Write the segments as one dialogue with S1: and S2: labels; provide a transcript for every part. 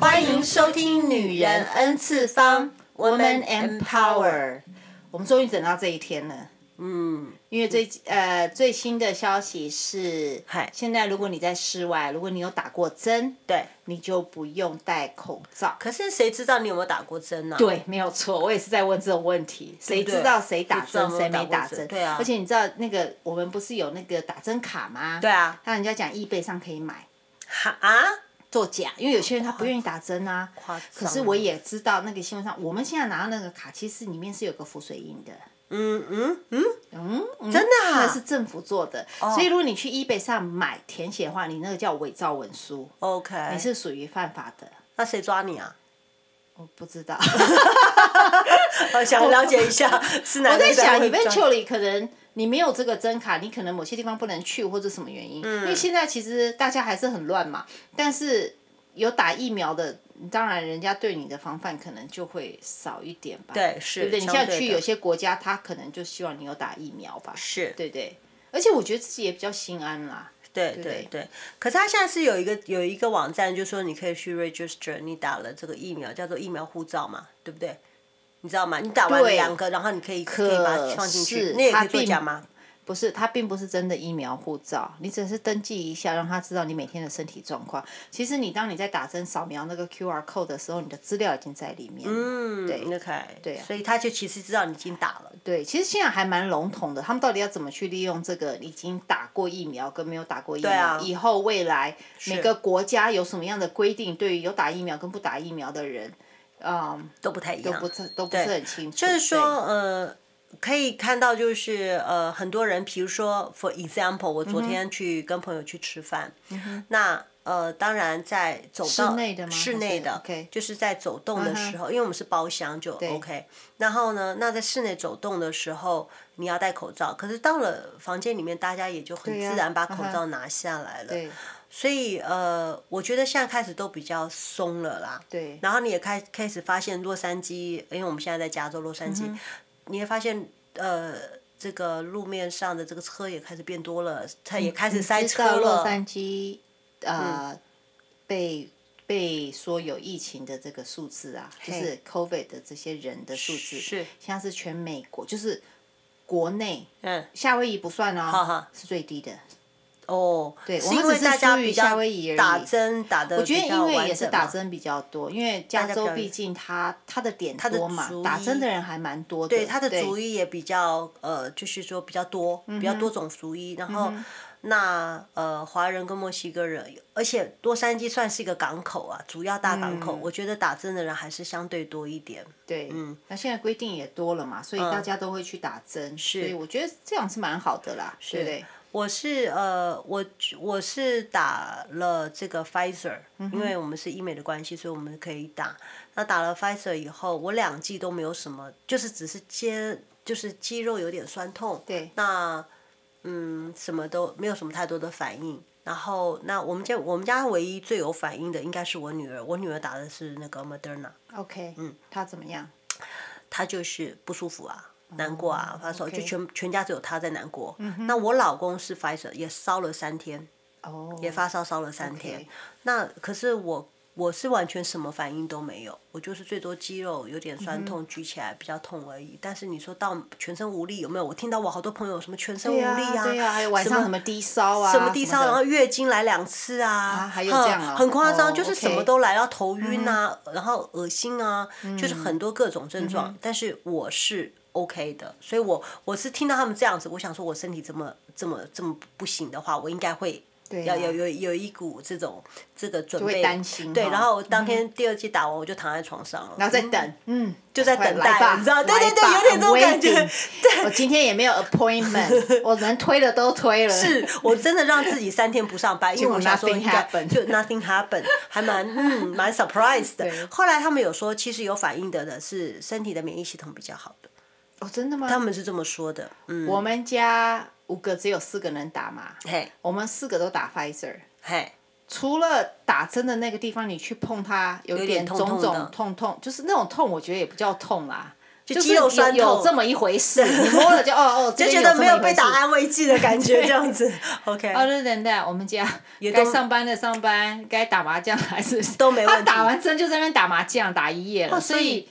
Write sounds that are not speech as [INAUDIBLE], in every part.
S1: 欢迎收听《女人 N 次方》Woman Empower。我们终于等到这一天了，
S2: 嗯，
S1: 因为最呃最新的消息是
S2: 嗨，
S1: 现在如果你在室外，如果你有打过针，
S2: 对。
S1: 你就不用戴口罩。
S2: 可是谁知道你有没有打过针啊呢、，
S1: 对，没有错，我也是在问这种问题，谁
S2: 对不对
S1: 知道谁打针，谁
S2: 谁知道
S1: 没
S2: 有没有打
S1: 打
S2: 过针
S1: 针？
S2: 对啊
S1: 而且你知道那个我们不是有那个打针卡吗？
S2: 对，啊，
S1: 那人家讲易贝上可以买
S2: 哈啊，
S1: 作假，因为有些人他不愿意打针啊。
S2: 夸张。
S1: 可是我，也知道那个新闻上，我们现在拿到那个卡，其实里面是有个浮水印的。
S2: 嗯嗯嗯，
S1: 嗯，嗯
S2: 真的啊哦
S1: 那是政府做的，所以如果你去 eBay 上买填写的话，你那个叫伪造文书，
S2: OK，
S1: 你是属于犯法的。
S2: 那谁抓你啊？
S1: 我不知
S2: [LAUGHS]
S1: 道，
S2: 我 [LAUGHS] 想了解一下是哪
S1: 哦我
S2: 个
S1: 在想
S2: 会抓
S1: eventually 可能你没有这个真卡，你可能某些地方不能去或者什么原因，因
S2: 嗯
S1: 为现在其实大家还是很乱嘛。但是有打疫苗的，当然人家对你的防范可能就会少一点吧。
S2: 对
S1: 对
S2: 是，
S1: 不对？你
S2: 相
S1: 像去
S2: 的
S1: 有些国家，他可能就希望你有打疫苗吧，
S2: 是，
S1: 对不对？而且我觉得自己也比较心安啦。
S2: 对
S1: 对
S2: 对对。可是他现在是有一个有一个网站，就说你可以去 register 你打了这个疫苗，叫做疫苗护照嘛，对不对？你知道吗？你打完
S1: 对
S2: 两个，然后你可以可以把它放进
S1: 是
S2: 去，那也
S1: 它
S2: 可以作
S1: 并
S2: 假吗？
S1: 不是，它并不是真的疫苗护照，你只是登记一下，让他知道你每天的身体状况。其实你当你在打针扫描那个 QR code 的时候，你的资料已经在里面。
S2: 嗯
S1: 对
S2: ，OK，
S1: 对啊
S2: 所以他就其实知道你已经打了，
S1: 对，其实现在还蛮笼统的，他们到底要怎么去利用这个已经打过疫苗跟没有打过疫苗，
S2: 对啊
S1: 以后未来每个国家有什么样的规定，对于有打疫苗跟不打疫苗的人，嗯，
S2: 都不太一
S1: 都
S2: 样，
S1: 不是都不是很清楚。就
S2: 就是说，呃，可以看到，就是呃，很多人，比如说，for example，我
S1: 嗯
S2: 昨天去跟朋友去吃饭，那呃，当然在走到
S1: 室内的吗
S2: 室内的
S1: 还是，OK 嗯
S2: 就是在走动的时候，因为我们是包厢就 OK。然后呢，那在室内走动的时候，你要戴口罩，可是到了房间里面，大家也就很
S1: 对啊
S2: 自然把口
S1: 嗯哼
S2: 罩拿下来了。
S1: 对
S2: 所以呃，我觉得现在开始都比较松了啦。
S1: 对
S2: 然后你也开开始发现洛杉矶，因为我们现在在加州洛杉矶，
S1: 嗯
S2: 你会发现呃，这个路面上的这个车也开始变多了，它也开始塞车
S1: 到洛
S2: 了。嗯
S1: 杉矶，呃，被被说有疫情的这个数字啊，就
S2: 嘿
S1: 是 COVID 的这些人的数字，
S2: 是
S1: 现在是全美国，就是国内
S2: 嗯，
S1: 夏威夷不算哦，
S2: 哈哈
S1: 是最低的。
S2: 哦，
S1: 对
S2: 是
S1: 我们
S2: 因为
S1: 只是
S2: 大家
S1: 疏于
S2: 比
S1: 夏
S2: 较
S1: 威夷而已
S2: 打针打的，
S1: 我觉得因为也是打，针比较多，因为加
S2: 家
S1: 州
S2: 比较
S1: 毕竟它它的点
S2: 的
S1: 多嘛
S2: 族，裔
S1: 打针的人还蛮多的。
S2: 对它的族
S1: 裔
S2: 裔也比较呃，就是说比较多，
S1: 嗯
S2: 比较多种族裔，然后。那呃，华人跟墨西哥人，而且洛杉矶算是一个港口啊，主要大
S1: 嗯
S2: 港口，我觉得打针的人还是相对多一点。
S1: 对，
S2: 嗯
S1: 那现在规定也多了嘛，所以大家都会去打针，所以我觉得这样是蛮好的啦，对不对？
S2: 我是呃，我我是打了这个 Pfizer，、因
S1: 嗯
S2: 为我们是医美的关系，所以我们可以打。那打了 Pfizer 以后，我两剂都没有什么，就是只是肩，就是肌肉有点酸痛。
S1: 对
S2: 那嗯，什么都没有什么太多的反应。然后，那我们家我们家唯一最有反应的应该是我女儿，我女儿打的是那个 Moderna，
S1: OK，嗯，他怎么样？
S2: 她就是不舒服啊。难过啊，发烧、
S1: 哦 OK 嗯
S2: 就全全家只有她在难过。那我老公是 Pfizer，也烧了三天。
S1: 哦，
S2: 也发烧烧了三天。那可是我我是完全什么反应都没有，我就是最多肌肉有点酸
S1: 嗯
S2: 痛，举起来比较痛而已。但是你说到全身无力有没有？我听到我好多朋友什么全身无
S1: 对
S2: 力啊
S1: 呀、对呀、还有晚上什么低烧啊，
S2: 什么低烧，
S1: 的
S2: 然后月经来两次啊，
S1: 还有这样啊
S2: 很很夸张，
S1: 哦
S2: 就是
S1: OK 嗯
S2: 什么都来，然后头晕啊，然后恶心啊，就是很多各种症状。但是我是 OK 的，所以我我是听到他们这样子，我想说我身体这么这么这么不行的话，我应该会。
S1: 对啊
S2: 要有有有一股这种这个准
S1: 会
S2: 备，
S1: 担心
S2: 对，
S1: 哈嗯
S2: 然后当天第二剂打完，我就躺在床上了，
S1: 然后再等，嗯，就
S2: 在等待
S1: 吧，
S2: 你知道对对对
S1: 来吧
S2: 有点这种感觉
S1: I'm waiting 我今天也没有
S2: [LAUGHS]
S1: appointment，我能推的都推了，
S2: 是我真的让自己三天不上
S1: [LAUGHS]
S2: 班，因为
S1: 果
S2: 我想说
S1: nothing
S2: 应该
S1: happened
S2: 就 nothing happen，还蛮嗯蛮 surprise 的
S1: 对。
S2: [LAUGHS] 后来他们有说，其实有反应的呢是身体的免疫系统比较好的，
S1: 哦，真的吗？
S2: 他们是这么说的。嗯，
S1: 我们家五个只有四个能打嘛，
S2: 嘿
S1: 我们四个都打 Pfizer，
S2: 嘿，
S1: 除了打针的那个地方你去碰它有
S2: 有点
S1: 种
S2: 痛痛
S1: 种
S2: 的
S1: 痛痛，就是那种痛，我觉得也不叫痛啦。
S2: 就
S1: 就是
S2: 肌肉酸
S1: 有
S2: 痛
S1: 有，这么一回
S2: [LAUGHS]
S1: 事，你摸了就哦哦，
S2: 就觉得没有被打安慰剂的感
S1: [LAUGHS]
S2: 觉，这样子。OK，
S1: Other than that，我们家
S2: 也
S1: 该
S2: 都
S1: 上班的上班，该打麻将还是
S2: [LAUGHS] 都没问题
S1: 他打完针就在那边打麻将打一夜了，
S2: 哦
S1: 所
S2: 所
S1: 以
S2: 以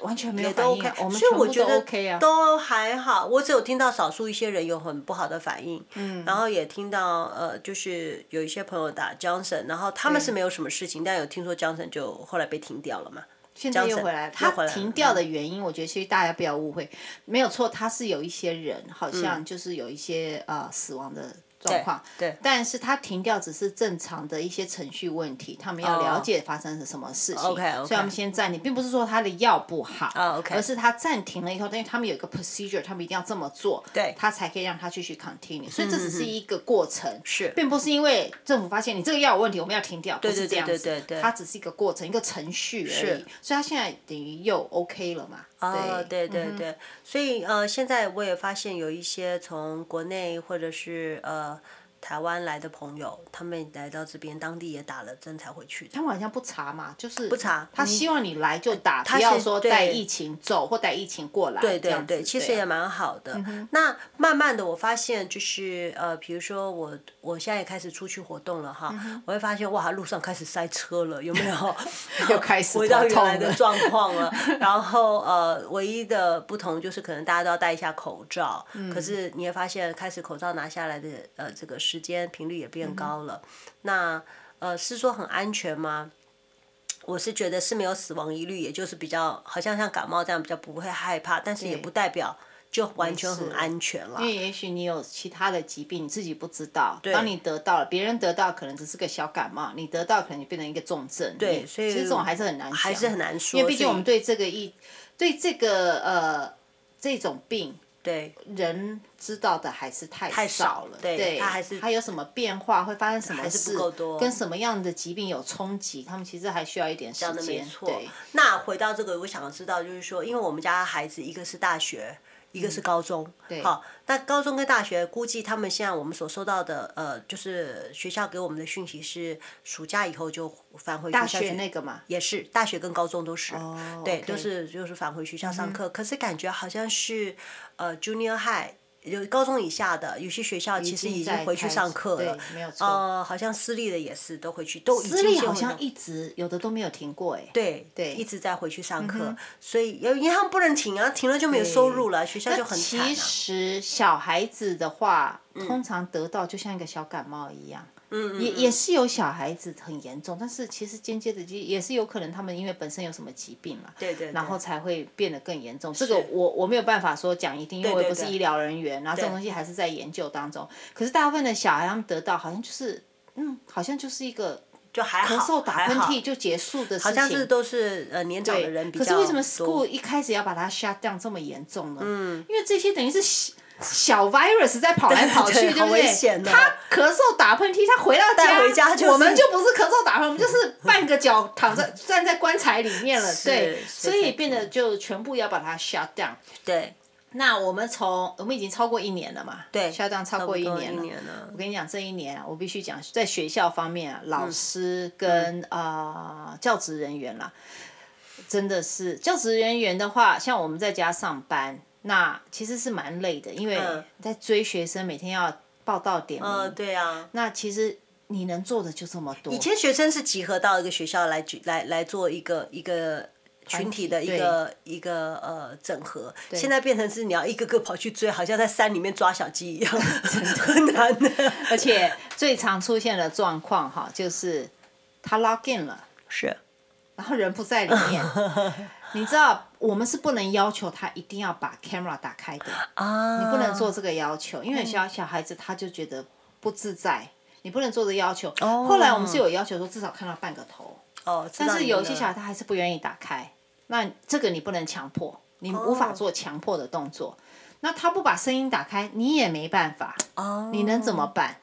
S1: 完全没有
S2: 也
S1: 反
S2: 都
S1: 应啊、我
S2: OK，
S1: 们
S2: 所以
S1: 全部
S2: 我觉
S1: 都
S2: 得
S1: OK 啊。
S2: 都还好。我只有听到少数一些人有很不好的反应，嗯，然后也听到呃，就是有一些朋友打 Johnson，然后他们是没有什么事情，但有听说 Johnson 就后来被停掉了嘛。
S1: 现在又回来了，
S2: Johnson，又回
S1: 他
S2: 来了嗯
S1: 停掉的原因，我觉得其实大家不要误会，没有错，他是有一些人好像就是有一些、呃死亡的状况，
S2: 嗯对，
S1: 但是他停掉只是正常的一些程序问题，他们要
S2: 哦
S1: 了解发生了什么事情
S2: OK，OK
S1: 所以他们先暂停，并不是说他的药不好
S2: 哦，OK
S1: 而是他暂停了以后，因为他们有一个 procedure，他们一定要这么做，
S2: 对嗯
S1: 他才可以让他继续 continue，所以这只是一个过程，
S2: 是
S1: 并不是因为政府发现你这个药有问题，我们要停掉，
S2: 对
S1: 不是这样子，
S2: 对对对对对
S1: 它只是一个过程，一个程序而已
S2: 是，
S1: 所以他现在等于又 OK 了嘛，
S2: 哦，对
S1: 对嗯
S2: 对对，所以呃，现在我也发现有一些从国内或者是呃台湾来的朋友，他们来到这边当地也打了针才回去的。
S1: 他们好像不查嘛，就是不
S2: 查
S1: 他
S2: 嗯
S1: 希望你来就打，
S2: 他
S1: 不要
S2: 是
S1: 说
S2: 对
S1: 带疫情走或带疫情过来，
S2: 对
S1: 这
S2: 对
S1: 样
S2: 对，
S1: 子
S2: 其实
S1: 对
S2: 也
S1: 啊
S2: 蛮好的。那慢慢的，我发现就是呃，比如说我我现在也开始出去活动了
S1: 嗯
S2: 哈，我会发现哇，路上开始塞车了，有没有？ [LAUGHS]
S1: 又开始
S2: 回到
S1: 头
S2: 原
S1: 痛
S2: 来的
S1: 了
S2: 状况了。然后呃，唯一的不同就是可能大家都要戴一下口罩，
S1: 嗯
S2: 可是你也发现开始口罩拿下来的呃这个时间频率也变高了。
S1: 嗯
S2: 那呃是说很安全吗？我是觉得是没有死亡疑虑，也就是比较好像像感冒这样比较不会害怕，但是也
S1: 对
S2: 不代表就完全
S1: 没
S2: 很
S1: 事
S2: 安全了
S1: 因。为 [LAUGHS] 也许你有其他的疾病，你自己不知道。当你得到了，别人得到可能只是个小感冒，你得到可能就变成一个重症。
S2: 对
S1: 你
S2: 所以
S1: 其实这种还是很难讲，还
S2: 是很难说
S1: 因为毕竟
S2: 所以
S1: 我们对这个疫，对这个呃这种病，
S2: 对，
S1: 人知道的还是太
S2: 太
S1: 少
S2: 少
S1: 了。
S2: 对
S1: 对，
S2: 它还是
S1: 有什么变化，会发生什么
S2: 还是
S1: 事，
S2: 不够多
S1: 跟什么样的疾病有冲击，他们其实还需要一点时
S2: 讲的没
S1: 间。
S2: 错
S1: 对，。
S2: 那回到这个，我想知道就是说，因为我们家孩子一个是大学，一个是高中，
S1: 嗯对
S2: 好，那高中跟大学估计他们现在我们所收到的呃，就是学校给我们的讯息是暑假以后就返回
S1: 大
S2: 学校
S1: 学
S2: 去。
S1: 那个嘛，
S2: 也是大学跟高中都是，
S1: 哦
S2: 对
S1: OK 嗯
S2: 都是就是返回学校上课。可是感觉好像是呃 junior high，有高中以下的有些学校其实已经
S1: 在
S2: 回去
S1: 开
S2: 上
S1: 始
S2: 课了
S1: 对，没有错
S2: 呃，好像私立的也是都回去，都已
S1: 私
S2: 经
S1: 立
S2: 先
S1: 好
S2: 回到
S1: 像一直有的都没有停过哎、
S2: 对
S1: 对嗯
S2: 一直在回去上课，所以因为他们不能停啊，停了就没有收入了，学校就很惨、
S1: 其
S2: 啊。
S1: 实小孩子的话，
S2: 嗯
S1: 通常得到就像一个小感冒一样。也也是有小孩子很严重，但是其实间接的也也是有可能他们因为本身有什么疾病嘛，
S2: 对对对
S1: 然后才会变得更严重。这个我我没有办法说讲一定，因为我也不是
S2: 对
S1: 医疗人员，然后这种东西还是在研究当中。可是大部分的小孩他们得到好像就是，嗯，好像就是一个
S2: 就还好，
S1: 咳嗽、打
S2: 还
S1: 喷
S2: 好
S1: 嚏，就结束的事情，
S2: 好像是都是呃年长的
S1: 对
S2: 人比
S1: 可
S2: 较
S1: 是为什么
S2: 多
S1: school 一开始要把它 shut down 这么严重呢？嗯，因为这些等于是小小 virus 在跑来跑去，
S2: 对
S1: 对
S2: 好
S1: 不
S2: 危
S1: 对？
S2: 险哦
S1: 他咳嗽打喷嚏，他回到
S2: 带
S1: 家，
S2: 回家就是
S1: 我们就不是咳嗽打喷嚏，我们就是半个脚躺
S2: [LAUGHS]
S1: 在站在棺材里面了，
S2: 是
S1: 对，
S2: 是
S1: 所以
S2: 才
S1: 变得就全部要把它 shut down。
S2: 对
S1: 那我们从我们已经超过一年了嘛，
S2: 对
S1: ，shut down 超过一
S2: 差不多
S1: 年了。
S2: 年了
S1: 我跟你讲，这一年啊，我必须讲，在学校方面啊，
S2: 嗯
S1: 老师跟啊、呃教职人员啦，真的是教职人员的话，像我们在家上班，那其实是蛮累的，因为
S2: 嗯
S1: 在追学生，每天要报到点名，
S2: 呃对啊。
S1: 那其实你能做的就这么多。
S2: 以前学生是集合到一个学校来举来来做一个一个群体的一
S1: 对
S2: 个一个呃整合，现在变成是你要一个个跑去追，好像在山里面抓小鸡一
S1: [LAUGHS]
S2: 样，很难的。
S1: 而且最常出现的状况哈，就是他 log in 了。
S2: 是
S1: 然后人不在里
S2: [LAUGHS]
S1: 面。你知道，我们是不能要求他一定要把 camera 打开的，
S2: 啊，
S1: 你不能做这个要求，因为小小孩子他就觉得不自在，你不能做这个要求。
S2: 哦
S1: 后来我们是有要求说至少看到半个头，
S2: 哦，知道
S1: 但是
S2: 你
S1: 有
S2: 了
S1: 些小孩他还是不愿意打开，那这个你不能强迫，你无法做强迫的动作。那他不把声音打开，你也没办法。
S2: 哦，
S1: 你能怎么办？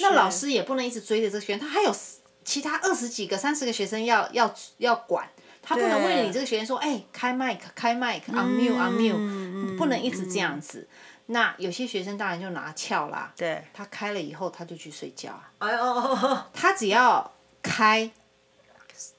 S1: 那老师也不能一直追着这个学生，他还有其他二十几个、三十个学生要要要管，他不能
S2: 对嗯
S1: 为了你这个学生说，哎、开麦克，开麦克，on mute on mute，不能一直这样子。那有些学生当然就拿翘啦，
S2: 对，
S1: 他开了以后他就去睡觉啊，
S2: 哎呦哦，哦哦
S1: 他只要开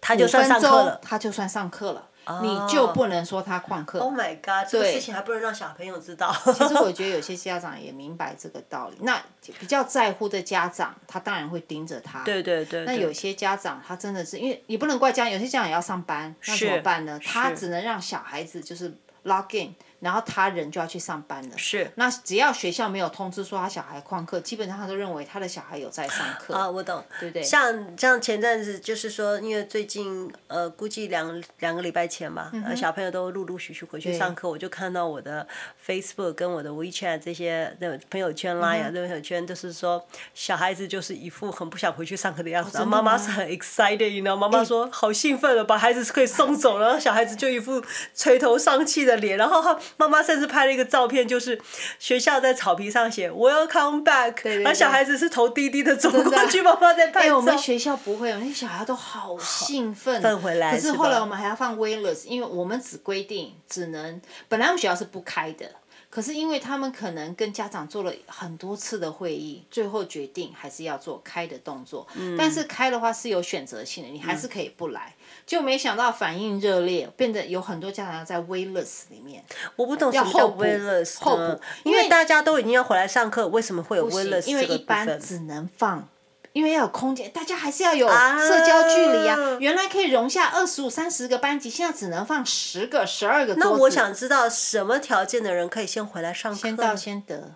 S2: 他
S1: 五
S2: 就算
S1: 分
S2: 上课
S1: 钟
S2: 了，，哦
S1: 他就算上课了。你就不能说他旷课。
S2: Oh my god！这个事情还不能让小朋友知道。
S1: 其实我觉得有些家长也明白这个道理，那比较在乎的家长，他当然会盯着他。
S2: [LAUGHS] 对对对对
S1: 那有些家长他真的是因为也不能怪家长，有些家长也要上班，那怎么办呢？他只能让小孩子就是 log in，然后他人就要去上班了。
S2: 是
S1: 那只要学校没有通知说他小孩旷课，基本上他都认为他的小孩有在上课。
S2: 啊，我懂，对
S1: 不对
S2: 像像前阵子就是说，因为最近呃，估计两两个礼拜前吧，
S1: 嗯
S2: 呃小朋友都陆陆续续回去上课，我就看到我的 Facebook 跟我的 WeChat 这些的朋友圈
S1: 嗯
S2: 啦呀，朋友圈就是说小孩子就是一副很不想回去上课的样子，
S1: 哦
S2: 然后妈妈是很 excited，然后妈妈说好兴奋哦了，把孩子可以送走了，然后小孩子就一副垂头丧气的脸，然后 [LAUGHS] 妈妈甚至拍了一个照片，就是学校在草皮上写 Welcome back，
S1: 对
S2: 然后小
S1: 对
S2: 孩子是头低低的走过
S1: 真的
S2: 去，妈妈在
S1: 哎、
S2: 拍照。
S1: 我们学校不会，我们小孩都好兴奋，
S2: 奋回来
S1: 可是
S2: 是吧
S1: 后来我们还要放 wailers，因为我们只规定只能，本来我们学校是不开的，可是因为他们可能跟家长做了很多次的会议，最后决定还是要做开的动作。
S2: 嗯
S1: 但是开的话是有选择性的，你还是可以不来。就没想到反应热烈，变得有很多家长要在 wailers 里面，
S2: 我不懂什
S1: 要
S2: 么叫
S1: 候补
S2: Willis
S1: 候补
S2: 因
S1: 因为
S2: 为大家都已经要回来上课，为什么会有
S1: 不行
S2: Willis
S1: 因为
S2: 这个
S1: 一
S2: 部
S1: 般
S2: 分？
S1: 只能放，因为要有空间，大家还是要有
S2: 啊
S1: 社交距离啊。原来可以容下二十五、三十个班级，现在只能放十个、十二个桌子。
S2: 那我想知道什么条件的人可以先回来上课？
S1: 先到先得。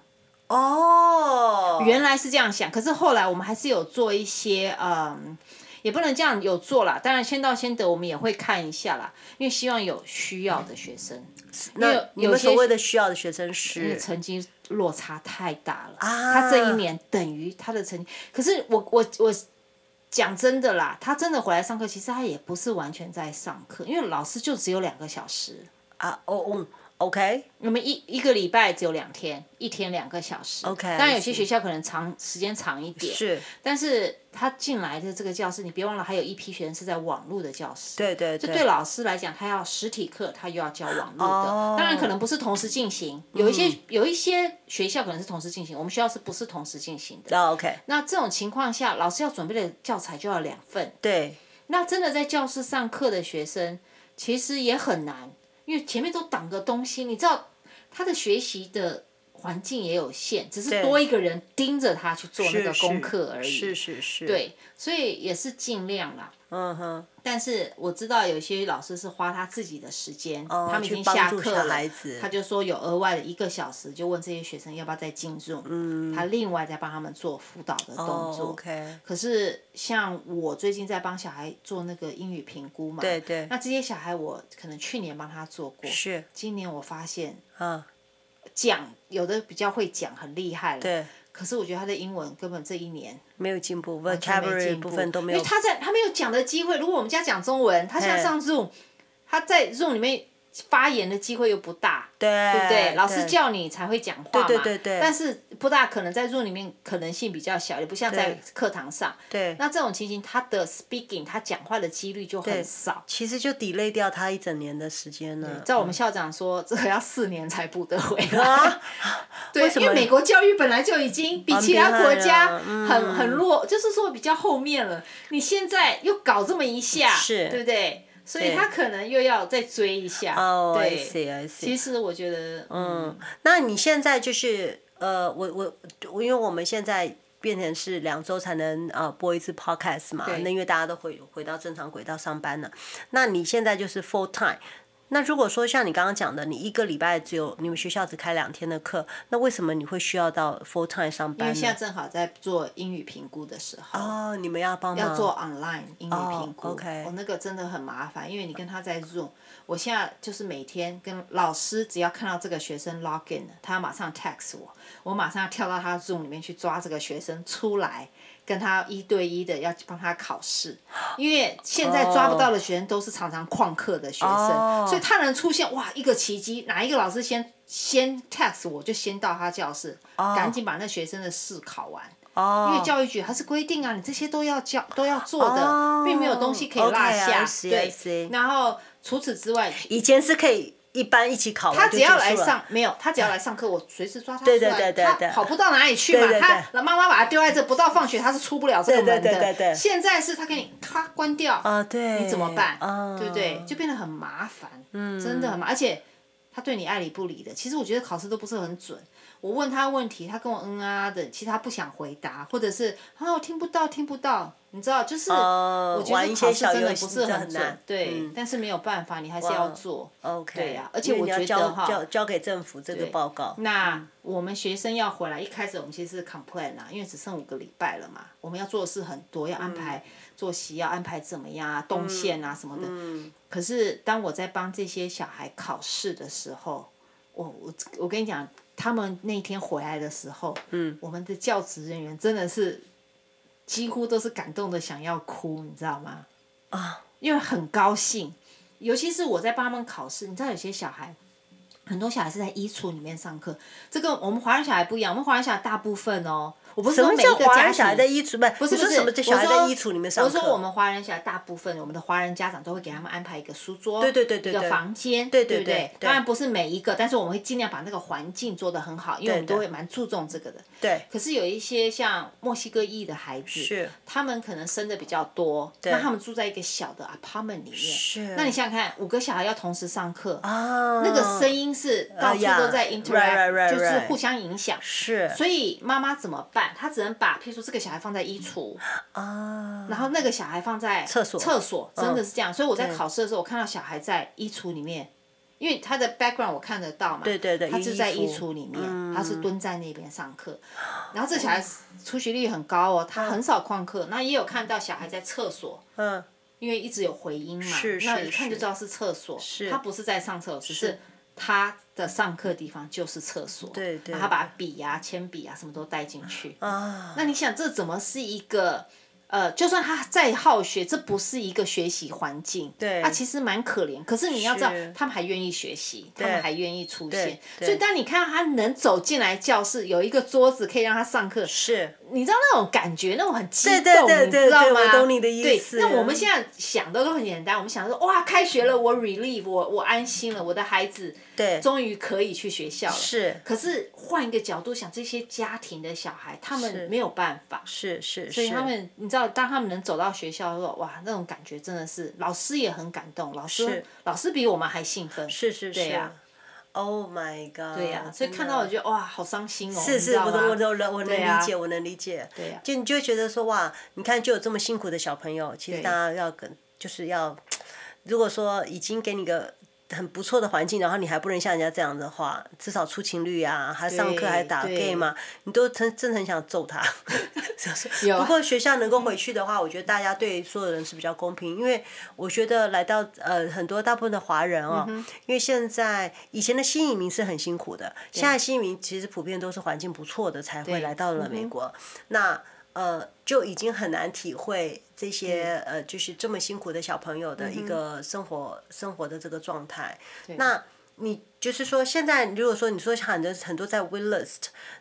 S2: 哦，
S1: 原来是这样想，可是后来我们还是有做一些，嗯，也不能这样有做啦。当然，先到先得，我们也会看一下啦，因为希望有需要的学生，因为
S2: 那你
S1: 有
S2: 们
S1: 些
S2: 所谓的需要的学生
S1: 因为
S2: 是
S1: 成绩落差太大了。
S2: 啊
S1: 他这一年等于他的成绩，可是我我我讲真的啦，他真的回来上课，其实他也不是完全在上课，因为老师就只有两个小时，
S2: 啊哦嗯 OK
S1: 我们一一个礼拜只有两天，一天两个小时。
S2: OK，
S1: 当然有些
S2: I see
S1: 学校可能长时间长一点，
S2: 是
S1: 但是他进来的这个教室，你别忘了还有一批学生是在网络的教室。
S2: 对对
S1: 这
S2: 对
S1: 对老师来讲，他要实体课，他又要教网络的，
S2: 哦嗯
S1: 当然可能不是同时进行，有一些、有一些学校可能是同时进行，我们学校是不是同时进行的？
S2: 啊 OK
S1: 那这种情况下，老师要准备的教材就要两份。
S2: 对
S1: 那真的在教室上课的学生，其实也很难，因为前面都挡个东西，你知道他的学习的环境也有限，只
S2: 对
S1: 是多一个人盯着他去做那
S2: 是
S1: 个
S2: 是
S1: 功课而已。
S2: 是是是
S1: 对，所以也是尽量啦。
S2: 嗯哼
S1: 但是我知道有些老师是花他自己的时间，
S2: 哦
S1: 他们已
S2: 去
S1: 经
S2: 帮
S1: 下
S2: 助
S1: 课
S2: 小
S1: 了
S2: 孩子
S1: 他就说有额外的一个小时，就问这些学生要不要再进入，嗯，他另外再帮他们做辅导的动
S2: 哦
S1: 作。
S2: OK
S1: 可是像我最近在帮小孩做那个英语评估嘛，
S2: 对对
S1: 那这些小孩我可能去年帮他做过，
S2: 是
S1: 今年我发现
S2: 啊
S1: 讲有的比较会讲，很厉害了，
S2: 对。
S1: 可是我觉得他的英文根本这一年
S2: 没有进步
S1: 他没
S2: ，vocabulary
S1: 进
S2: 部
S1: 步
S2: 分都没
S1: 因
S2: 有
S1: 为他在他没有讲的机会。如果我们家讲中文，他现在上 Zoom，他在 Zoom 里面发言的机会又不大，
S2: 对
S1: 对不对？老师
S2: 对
S1: 叫你才会讲话嘛，
S2: 对对对对
S1: 但是不大可能在 Zoom 里面可能性比较小，也不像在
S2: 对
S1: 课堂上。
S2: 对，
S1: 那这种情形，他的 speaking 他讲话的几率就很少。
S2: 其实就 delay 掉他一整年的时间呢。
S1: [LAUGHS] 照我们校长说，这个要四年才补得回
S2: [LAUGHS]
S1: 来。
S2: 啊，
S1: 对，
S2: 什
S1: 因
S2: 么
S1: 为美国教育本来就已经比其他国家
S2: 很厉害了嗯
S1: 很很弱，就是说比较后面了。你现在又搞这么一下，
S2: 是
S1: 对不对？所
S2: 对
S1: 以他可能又要再追一下。
S2: 哦，I
S1: 对，
S2: see I see。
S1: 其实我觉得，嗯，
S2: 嗯，那你现在就是呃，我我我，因为我们现在变成是两周才能呃播一次 podcast 嘛，
S1: 对
S2: 那因为大家都回回到正常轨道上班了。那你现在就是 full time。那如果说像你刚刚讲的，你一个礼拜只有你们学校只开两天的课，那为什么你会需要到 full time 上
S1: 因
S2: 班
S1: 为现在
S2: 呢？
S1: 正好在做英语评估的时候。
S2: 哦，你们要帮忙
S1: 要做 online 英语
S2: 哦
S1: 评估，
S2: OK
S1: 哦、那个真的很麻烦，因为你跟他在 Zoom，我现在就是每天跟老师只要看到这个学生 login 了，他马上 text 我，我马上要跳到他 Zoom 里面去抓这个学生出来，跟他一对一的要帮他考试，因为现在抓不到的学生都是常常旷课的学生
S2: 哦
S1: 所以他能出现哇一个奇迹，哪一个老师先先 text 我就先到他教室赶紧把那学生的试考完。
S2: 哦，
S1: 因为教育局它是规定啊，你这些都要教都要做的，
S2: 哦
S1: 并没有东西可以落
S2: OK，I
S1: 下。
S2: see，I
S1: 对
S2: see
S1: 然后除此之外，
S2: 以前是可以一班一起考完
S1: 他
S2: 就
S1: 只
S2: 结束
S1: 要
S2: 了。
S1: 来上，没有，他只要来上课，我随时抓他出
S2: 对
S1: 来。
S2: 对对对对
S1: 他跑不到哪里去嘛。
S2: 对对对
S1: 他妈妈把他丢在这，不到放学他是出不了这个门的。
S2: 对对对对对
S1: 现在是他给你咔关掉，
S2: 啊，对，
S1: 你怎么办？
S2: 啊，
S1: 对不对？就变得很麻烦，
S2: 嗯
S1: 真的很麻而且他对你爱理不理的。其实我觉得考试都不是很准。我问他问题，他跟我嗯啊的，其实他不想回答，或者是啊我听不到听不到，你知道，就是、
S2: 呃
S1: 我觉
S2: 玩
S1: 得
S2: 一
S1: 考
S2: 些
S1: 试
S2: 小
S1: 真的
S2: 游
S1: 不
S2: 戏
S1: 是
S2: 真的很
S1: 准，
S2: 难
S1: 对、
S2: 嗯
S1: 但是没有办法，你还是要做。
S2: OK，
S1: 对啊而且
S2: 因为
S1: 我
S2: 你要
S1: 觉得
S2: 交
S1: 哈
S2: 交交给政府这个报告，
S1: 那我们学生要回来，一开始我们其实是 complain 啊啦，因为只剩五个礼拜了嘛，我们要做的事很多，要安排作息，要安排怎么样啊，动线啊什么的。可是当我在帮这些小孩考试的时候，我我我跟你讲，他们那天回来的时候，嗯，我们的教职人员真的是几乎都是感动的想要哭，你知道吗？
S2: 啊，
S1: 因为很高兴，尤其是我在帮他们考试，你知道有些小孩。很多小孩是在衣橱里面上课，这跟我们华人小孩不一样。我们华人小孩大部分哦，我不是
S2: 什
S1: 说
S2: 么
S1: 每一
S2: 叫
S1: 个
S2: 华
S1: 家
S2: 人
S1: 庭
S2: 小孩在衣橱？不
S1: 不是
S2: 你
S1: 不
S2: 说
S1: 是，
S2: 什么叫小孩
S1: 我
S2: 在
S1: 说
S2: 衣橱里面上
S1: 我
S2: 课？
S1: 说我们华人小孩大部分，我们的华人家长都会给他们安排一个书桌，
S2: 对对对对
S1: 一个
S2: 对
S1: 房间，
S2: 对对
S1: 对不
S2: 对对
S1: 当然不是每一个，但是我们会尽量把那个环境做得很好，因为我们
S2: 对对
S1: 都会蛮注重这个的。
S2: 对
S1: 可是有一些像墨西哥裔的孩子，
S2: 是
S1: 他们可能生的比较多，那他们住在一个小的 apartment 里面，
S2: 是
S1: 那你想想看，五个小孩要同时上课，
S2: 啊，
S1: 那个声音是到处
S2: 呃呀
S1: 都在
S2: right,
S1: interact，、
S2: right, right,
S1: 就是
S2: right
S1: 互相影响。
S2: 啊是
S1: 所以妈妈怎么办？她只能把，譬如说这个小孩放在衣橱，
S2: 啊，
S1: 然后那个小孩放在
S2: 厕所嗯
S1: 厕所真的是这样。所以我在
S2: 对
S1: 考试的时候，我看到小孩在衣橱里面，因为他的 background 我看得到嘛，
S2: 对对对
S1: 他就在
S2: 衣
S1: 衣
S2: 服嗯哦
S1: 橱里面，他是蹲在那边上课。然后这小孩出席率很高哦，他很少旷课。那也有看到小孩在厕所，
S2: 嗯，
S1: 因为一直有回音嘛，
S2: 是
S1: 那
S2: 是
S1: 一看就知道是厕所。
S2: 是
S1: 他不是在上厕所，只是他的上课地方就是厕所。
S2: 对对
S1: 然后他把笔呀、铅笔啊什么都带进去。
S2: 啊，
S1: 那你想，这怎么是一个？呃，就算他再好学，这不是一个学习环境，
S2: 对
S1: 他其实蛮可怜。可是你要知道
S2: 是，
S1: 他们还愿意学习，他们还愿意出现
S2: 对。对
S1: 所以当你看到他能走进来教室，有一个桌子可以让他上课，
S2: 是
S1: 你知道那种感觉，那种很激动，
S2: 对对对对
S1: 你知道吗？
S2: 对我懂你的意思
S1: 对那我们现在想的都很简单，我们想说，哇，开学了，我 relieve，我我安心了，我的孩子
S2: 对
S1: 终于可以去学校了。
S2: 是
S1: 可是换一个角度想，这些家庭的小孩，他
S2: 是
S1: 们没有办法，
S2: 是是，
S1: 所以
S2: 是
S1: 他们，你知道，当他们能走到学校的时候，哇，那种感觉真的是，老师也很感动，老师
S2: 是
S1: 老师比我们还兴奋。
S2: 是是
S1: 对
S2: 是
S1: 呀。
S2: Oh my god！
S1: 对呀、啊所以
S2: 真
S1: 看
S2: 的
S1: 到我觉得哇，好伤心哦，
S2: 是
S1: 你
S2: 是，
S1: 知道
S2: 我
S1: 吗
S2: 都我都能我能
S1: 对啊
S2: 理解，我能理解。
S1: 对啊
S2: 就你就会觉得说哇，你看就有这么辛苦的小朋友，其实
S1: 对
S2: 大家要跟就是要，如果说已经给你个。很不错的环境，然后你还不能像人家这样的话，至少出勤率啊，还上课
S1: 对
S2: 还打
S1: 对
S2: gay 嘛，你都真真的很想揍他。 [LAUGHS]
S1: 有啊
S2: 不过学校能够回去的话，我觉得大家对所有人是比较公平，因为我觉得来到呃很多大部分的华人哦，因为现在以前的新移民是很辛苦的，现在新移民其实普遍都是环境不错的才会
S1: 对嗯
S2: 来到了美国，那呃就已经很难体会这些呃就是这么辛苦的小朋友的
S1: 嗯
S2: 一个生活、生活的这个状态。那你就是说，现在如果说你说像很多很多在 Willist，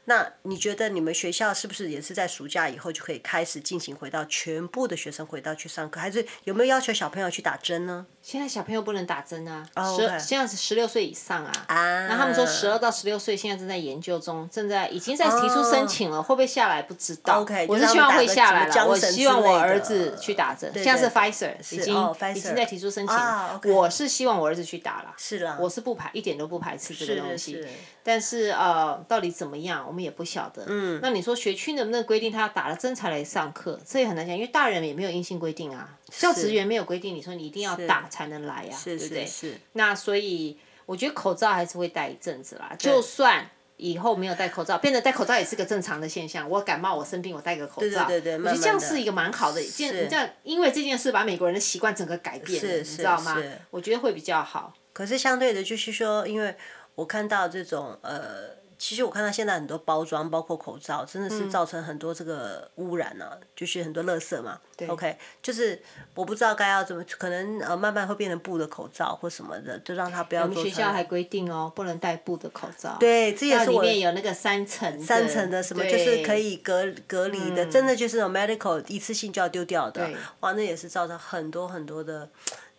S2: 那你觉得你们学校是不是也是在暑假以后就可以开始进行回到全部的学生回到去上课，还是有没有要求小朋友去打针呢？
S1: 现在小朋友不能打针啊，
S2: 哦
S1: 十、
S2: OK
S1: 现在是十六岁以上啊。
S2: 啊
S1: 那他们说十二到十六岁现在正在研究中，正在已经在提出申请了，会不会下来不知道。
S2: 哦 OK，
S1: 我
S2: 就是让
S1: 希
S2: 他
S1: 望
S2: 们
S1: 会
S2: 打个
S1: 下来
S2: 什
S1: 了。
S2: 么
S1: 我
S2: Johnson
S1: 希望
S2: 之类
S1: 我
S2: 的
S1: 儿子去打针，
S2: 对
S1: 现在是
S2: 对
S1: Pfizer
S2: 是
S1: 已经、
S2: 哦
S1: 已
S2: Pfizer
S1: 经在提出申请了。
S2: 啊，OK
S1: 我是希望我儿子去打了，
S2: 是啦，
S1: 我是不排一点都不排斥这个
S2: 是
S1: 东
S2: 是
S1: 西。
S2: 是
S1: 但是呃，到底怎么样，我们也不晓得。嗯，那你说学区能不能规定他要打了针才来上课？这也很难讲，因为大人也没有硬性规定啊，教职员没有规定，你说你一定要打才能来啊，对
S2: 是
S1: 不
S2: 是
S1: 对？
S2: 是，
S1: 那所以我觉得口罩还是会戴一阵子啦，就算。以后没有戴口罩，变得戴口罩也是个正常的现象。我感冒，我生病，我戴个口罩。
S2: 对对对对
S1: 我觉得这
S2: 慢慢
S1: 样
S2: 地
S1: 是一个蛮好的一
S2: 是
S1: 件，这样因为这件事把美国人的习惯整个改变了，
S2: 是
S1: 你
S2: 是
S1: 知道吗
S2: 是？
S1: 我觉得会比较好。
S2: 可是相对的，就是说，因为我看到这种呃，其实我看到现在很多包装，包括口罩，真的
S1: 嗯
S2: 是造成很多这个污染呢、就是很多垃圾嘛。OK，就是我不知道该要怎么，可能呃慢慢会变成布的口罩或什么的，就让它不要
S1: 我们
S2: 做
S1: 学
S2: 成。
S1: 校还规定哦，不能戴布的口罩。
S2: 对，这也
S1: 那
S2: 是
S1: 里
S2: 我
S1: 面有那个三层
S2: 三层的什么，就是可以隔隔离的，真的就是那种 medical 一次性就要丢掉的
S1: 嗯对。
S2: 哇，那也是造成很多很多的。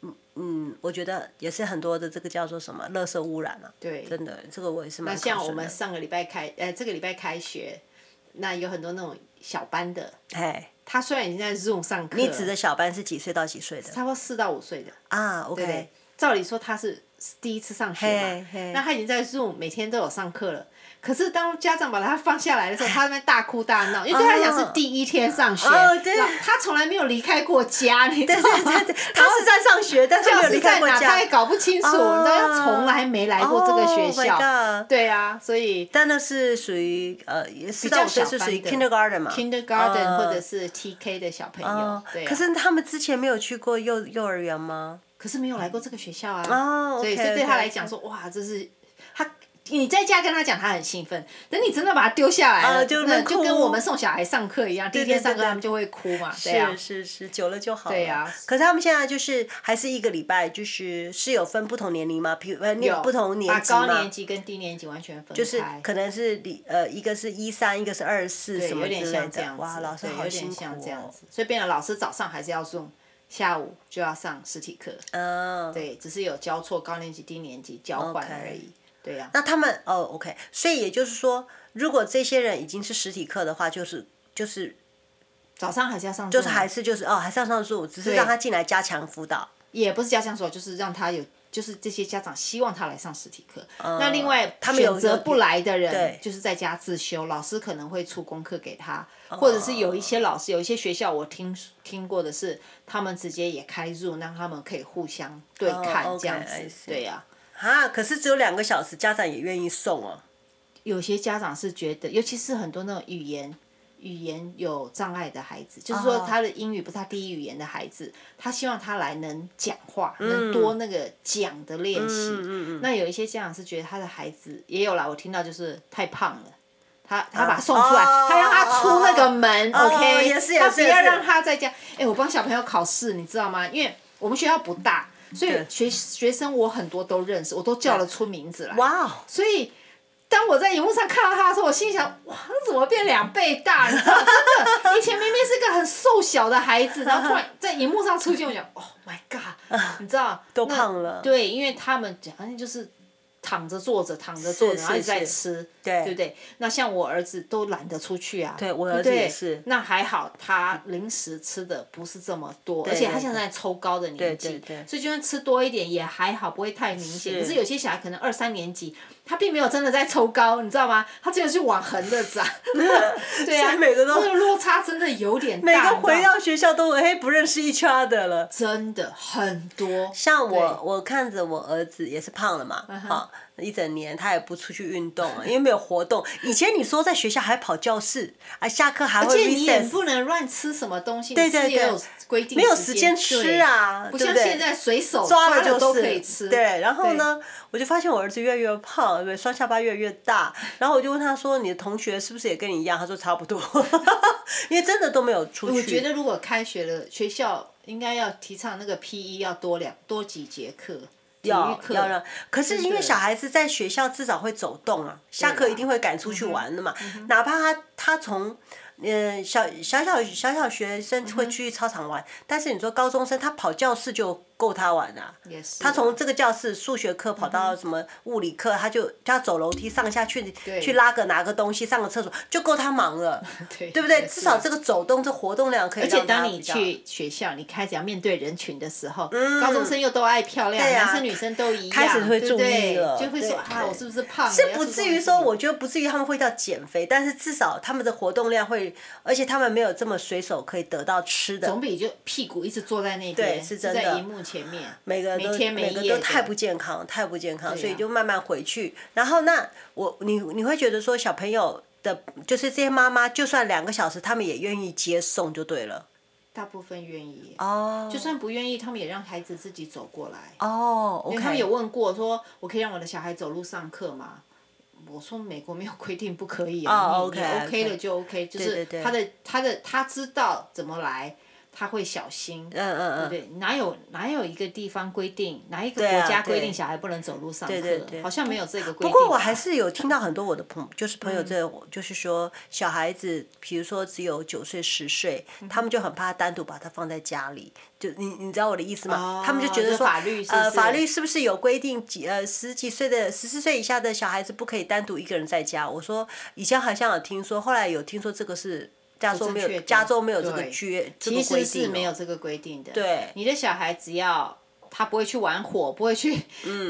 S2: 嗯嗯，我觉得也是很多的这个叫做什么，垃圾污染啊，
S1: 对，
S2: 真的，这个我也是
S1: 那
S2: 蛮 concerned 的。
S1: 像我们上个礼拜开，呃，这个礼拜开学，那有很多那种小班的，
S2: 哎，
S1: 他虽然已经在 Zoom 上课了，
S2: 你指的小班是几岁到几岁的
S1: 差不多四到五岁的，
S2: 啊
S1: 对不对
S2: ？OK，
S1: 照理说他是第一次上学嘛
S2: 嘿嘿
S1: 那他已经在 Zoom 每天都有上课了。可是当家长把他放下来的时候，他在那边大哭大闹，因为对他来讲是第一天上学，
S2: 哦对
S1: 然后他从来没有离开过家，你知道吗？ [LAUGHS]
S2: 他是在上学，但是
S1: 教
S2: 没有
S1: 室
S2: 离
S1: 在
S2: 开过
S1: 哪，他
S2: 家
S1: 也。搞不清楚，
S2: 哦
S1: 你知道，他从来没来过这个学
S2: Oh
S1: 校。
S2: my god
S1: 对啊，所以
S2: 但那是属于呃四
S1: 较
S2: 到五岁是
S1: 小
S2: 属于
S1: 班的
S2: kindergarten 嘛
S1: kindergarten
S2: 呃
S1: 或者是 TK 的小朋友
S2: 哦，
S1: 对啊。
S2: 可是他们之前没有去过幼幼儿园吗？
S1: 可是没有来过这个学校啊，
S2: 哦
S1: 所以
S2: OK，
S1: 所以对他
S2: OK，
S1: 来讲说，哇，这是他。你在家跟他讲，他很兴奋。等你真的把他丢下来了，
S2: 啊就
S1: 那
S2: 能
S1: 就
S2: 哭
S1: 跟我们送小孩上课一样，第一
S2: 对
S1: 天
S2: 对
S1: 上课
S2: 对
S1: 他们就会哭嘛，对啊
S2: 是，是是，久了就好了。
S1: 对啊
S2: 可是他们现在就是还是一个礼拜，就是是有分不同年龄吗？比如呃，
S1: 有
S2: 念不同年
S1: 把
S2: 级
S1: 高年
S2: 吗？
S1: 级跟低年级完全分开，
S2: 就是可能是里呃，一个是一三，一个是二四，
S1: 对
S2: 什么
S1: 有
S2: 之类
S1: 点像这样
S2: 的。
S1: 子，
S2: 哇，老师
S1: 对
S2: 好
S1: 有点
S2: 辛苦
S1: 像这样
S2: 哦。
S1: 子，所以变得老师早上还是要送，下午就要上实体课，
S2: 嗯，
S1: 对，只是有交错高年级低年级交换而已，对呀、
S2: 那他们哦，OK，所以也就是说，如果这些人已经是实体课的话，就是就是
S1: 早上还是要上，啊
S2: 就是还是就是哦，还是要上数，只是让他进来加强辅导。
S1: 也不是家长所，就是让他有，就是这些家长希望他来上实体课。
S2: 嗯
S1: 那另外，
S2: 他们有
S1: 选择不来的人
S2: 对，
S1: 就是在家自修，老师可能会出功课给他，
S2: 哦
S1: 或者是有一些老师，有一些学校我听听过的是，他们直接也开入，让他们可以互相对看、
S2: 哦，OK，
S1: 这样子
S2: I。see
S1: 对呀、
S2: 啊，可是只有两个小时，家长也愿意送哦。
S1: 有些家长是觉得，尤其是很多那种语言。语言有障碍的孩子，就是说
S2: 哦
S1: 他的英语不是他第一语言的孩子，他希望他来能讲话，能多那个讲的练习。
S2: 嗯嗯嗯嗯，
S1: 那有一些家长是觉得他的孩子也有啦，我听到就是太胖了。他他把他送出来，
S2: 啊哦
S1: 他让他出那个门、
S2: 哦
S1: o k
S2: 也是
S1: 他
S2: 也
S1: 不
S2: 是
S1: 要
S2: 也是
S1: 让他在家。哎、我帮小朋友考试，你知道吗？因为我们学校不大，所以
S2: 对
S1: 学学生我很多都认识，我都叫得出名字来。
S2: 哇哦，
S1: 所以当我在荧幕上看到他的时候，我心里想：哇，他怎么变两倍大？你知道，真的，以前明明是个很瘦小的孩子，然后突然在荧幕上出现，我想，Oh
S2: [LAUGHS]
S1: my god！你知道，
S2: 都
S1: 那
S2: 胖了
S1: 对，因为他们好像就是躺着坐着，躺着坐着，
S2: 是
S1: 然后一直
S2: 是
S1: 在
S2: 是
S1: 吃，
S2: 对
S1: 对不对？那像我儿子都懒得出去啊，
S2: 对我
S1: 不
S2: 儿子也
S1: 对
S2: 是
S1: 那还好，他零食吃的不是这么多，而且他
S2: 对
S1: 现在在抽高的年纪，
S2: 对对对
S1: 所以就算吃多一点也还好，不会太明显。
S2: 是
S1: 可是有些小孩可能二三年级，他并没有真的在抽高，你知道吗？他只有是往横的
S2: [LAUGHS]
S1: 长，对啊，
S2: 所以每个都
S1: 那个落差真的有点大，
S2: 每个
S1: 你知道
S2: 回到学校都哎不认识一圈儿的了。
S1: 真的很多，
S2: 像
S1: 对嗯
S2: 我，我看着我儿子也是胖了嘛，啊、一整年他也不出去运动啊了，因为没有活动。以前你说在学校还跑教室，啊，下课还
S1: 而
S2: 会
S1: 且你也
S2: recess，
S1: 不能乱吃什么东西，
S2: 对对
S1: 你吃也
S2: 对
S1: 有规定，
S2: 没有
S1: 时
S2: 时间吃啊
S1: 对不
S2: 对
S1: 像
S2: 不对
S1: 现在随手
S2: 抓
S1: 了
S2: 了就是
S1: 都可以吃，
S2: 对，然后呢，我就发现我儿子越来越胖，对，双下巴越来越大。然后我就问他说：“你的同学是不是也跟你一样？”他说：“差不多。” [LAUGHS] 因为真的都没有出去。
S1: 我觉得如果开学了，学校应该要提倡那个 PE 要多两多几节课，体育
S2: 哦要
S1: 课
S2: 要让，可是因
S1: 真的
S2: 为小孩子在学校至少会走动啊，下课一定会赶出
S1: 嗯
S2: 去玩的嘛。哪怕他他从嗯、呃、小小小小小学
S1: 嗯
S2: 生会去操场玩，但是你说高中生他跑教室就够他玩了、
S1: 也是
S2: 他
S1: 啊
S2: 从这个教室数学课跑到什么物理课，他就他走楼梯上下去
S1: 对
S2: 去拉个拿个东西上个厕所就够他忙
S1: [LAUGHS]
S2: 了，
S1: 对
S2: 对
S1: 对
S2: 不对？至少这个走动这活动量可以
S1: 而且
S2: 让他
S1: 当你
S2: 比较嗯
S1: 去学校，你开始要面对人群的时候，高中生又都爱漂亮，
S2: 对啊
S1: 男生女生都一样，
S2: 开始会
S1: 对不对
S2: 注意了
S1: 就会说
S2: 对
S1: 啊，
S2: 对
S1: 我是不是胖了？
S2: 是
S1: 要
S2: 不
S1: 注
S2: 至
S1: 重
S2: 于
S1: 自
S2: 说，
S1: 己
S2: 我觉得不至于他们会到减肥，但是至少他们的活动量会，而且他们没有这么随手可以得到吃的
S1: 总，比就屁股一直坐在那边，
S2: 对是真的
S1: 就在荧幕前面，
S2: 每个人都
S1: 每天每
S2: 个
S1: 夜
S2: 都
S1: 的
S2: 太不健康，太不健康，
S1: 对啊
S2: 所以就慢慢回去。然后那我你你会觉得说小朋友的，就是这些妈妈，就算两个小时，他们也愿意接送就对了。
S1: 大部分愿意，
S2: 哦，
S1: 就算不愿意，他们也让孩子自己走过来。
S2: 哦
S1: 因
S2: ，OK，
S1: 为他们有问过说，我可以让我的小孩走路上课吗？我说美国没有规定不可以啊，
S2: 哦
S1: 你你
S2: OK，OK
S1: OK 了就 OK，就
S2: 对
S1: 是
S2: 对对
S1: 他的他的他知道怎么来，他会小心。
S2: 嗯嗯嗯，
S1: 对，哪有哪有一个地方规定，哪一个国家规定小孩不能走路上课？
S2: 啊对对
S1: 好像没有这个规定。嗯
S2: 不过我还是有听到很多我的朋，就是朋友这，就是说小孩子，比如说只有九岁、十岁，
S1: 嗯
S2: 他们就很怕单独把他放在家里，就你你知道我的意思吗？
S1: 哦
S2: 他们就觉得
S1: 就
S2: 说，
S1: 法律是不
S2: 呃，
S1: 是
S2: 法律是不是有规定几呃十几岁的十四岁以下的小孩子不可以单独一个人在家？我说以前好像有听说，后来有听说这个是加州
S1: 不
S2: 没有
S1: 正确的
S2: 加州没有这个
S1: 对
S2: 规这
S1: 其
S2: 个规
S1: 实
S2: 定
S1: 是
S2: 哦
S1: 没有这个规定的。
S2: 对
S1: 你的小孩只要他不会去玩火，不会去，
S2: 嗯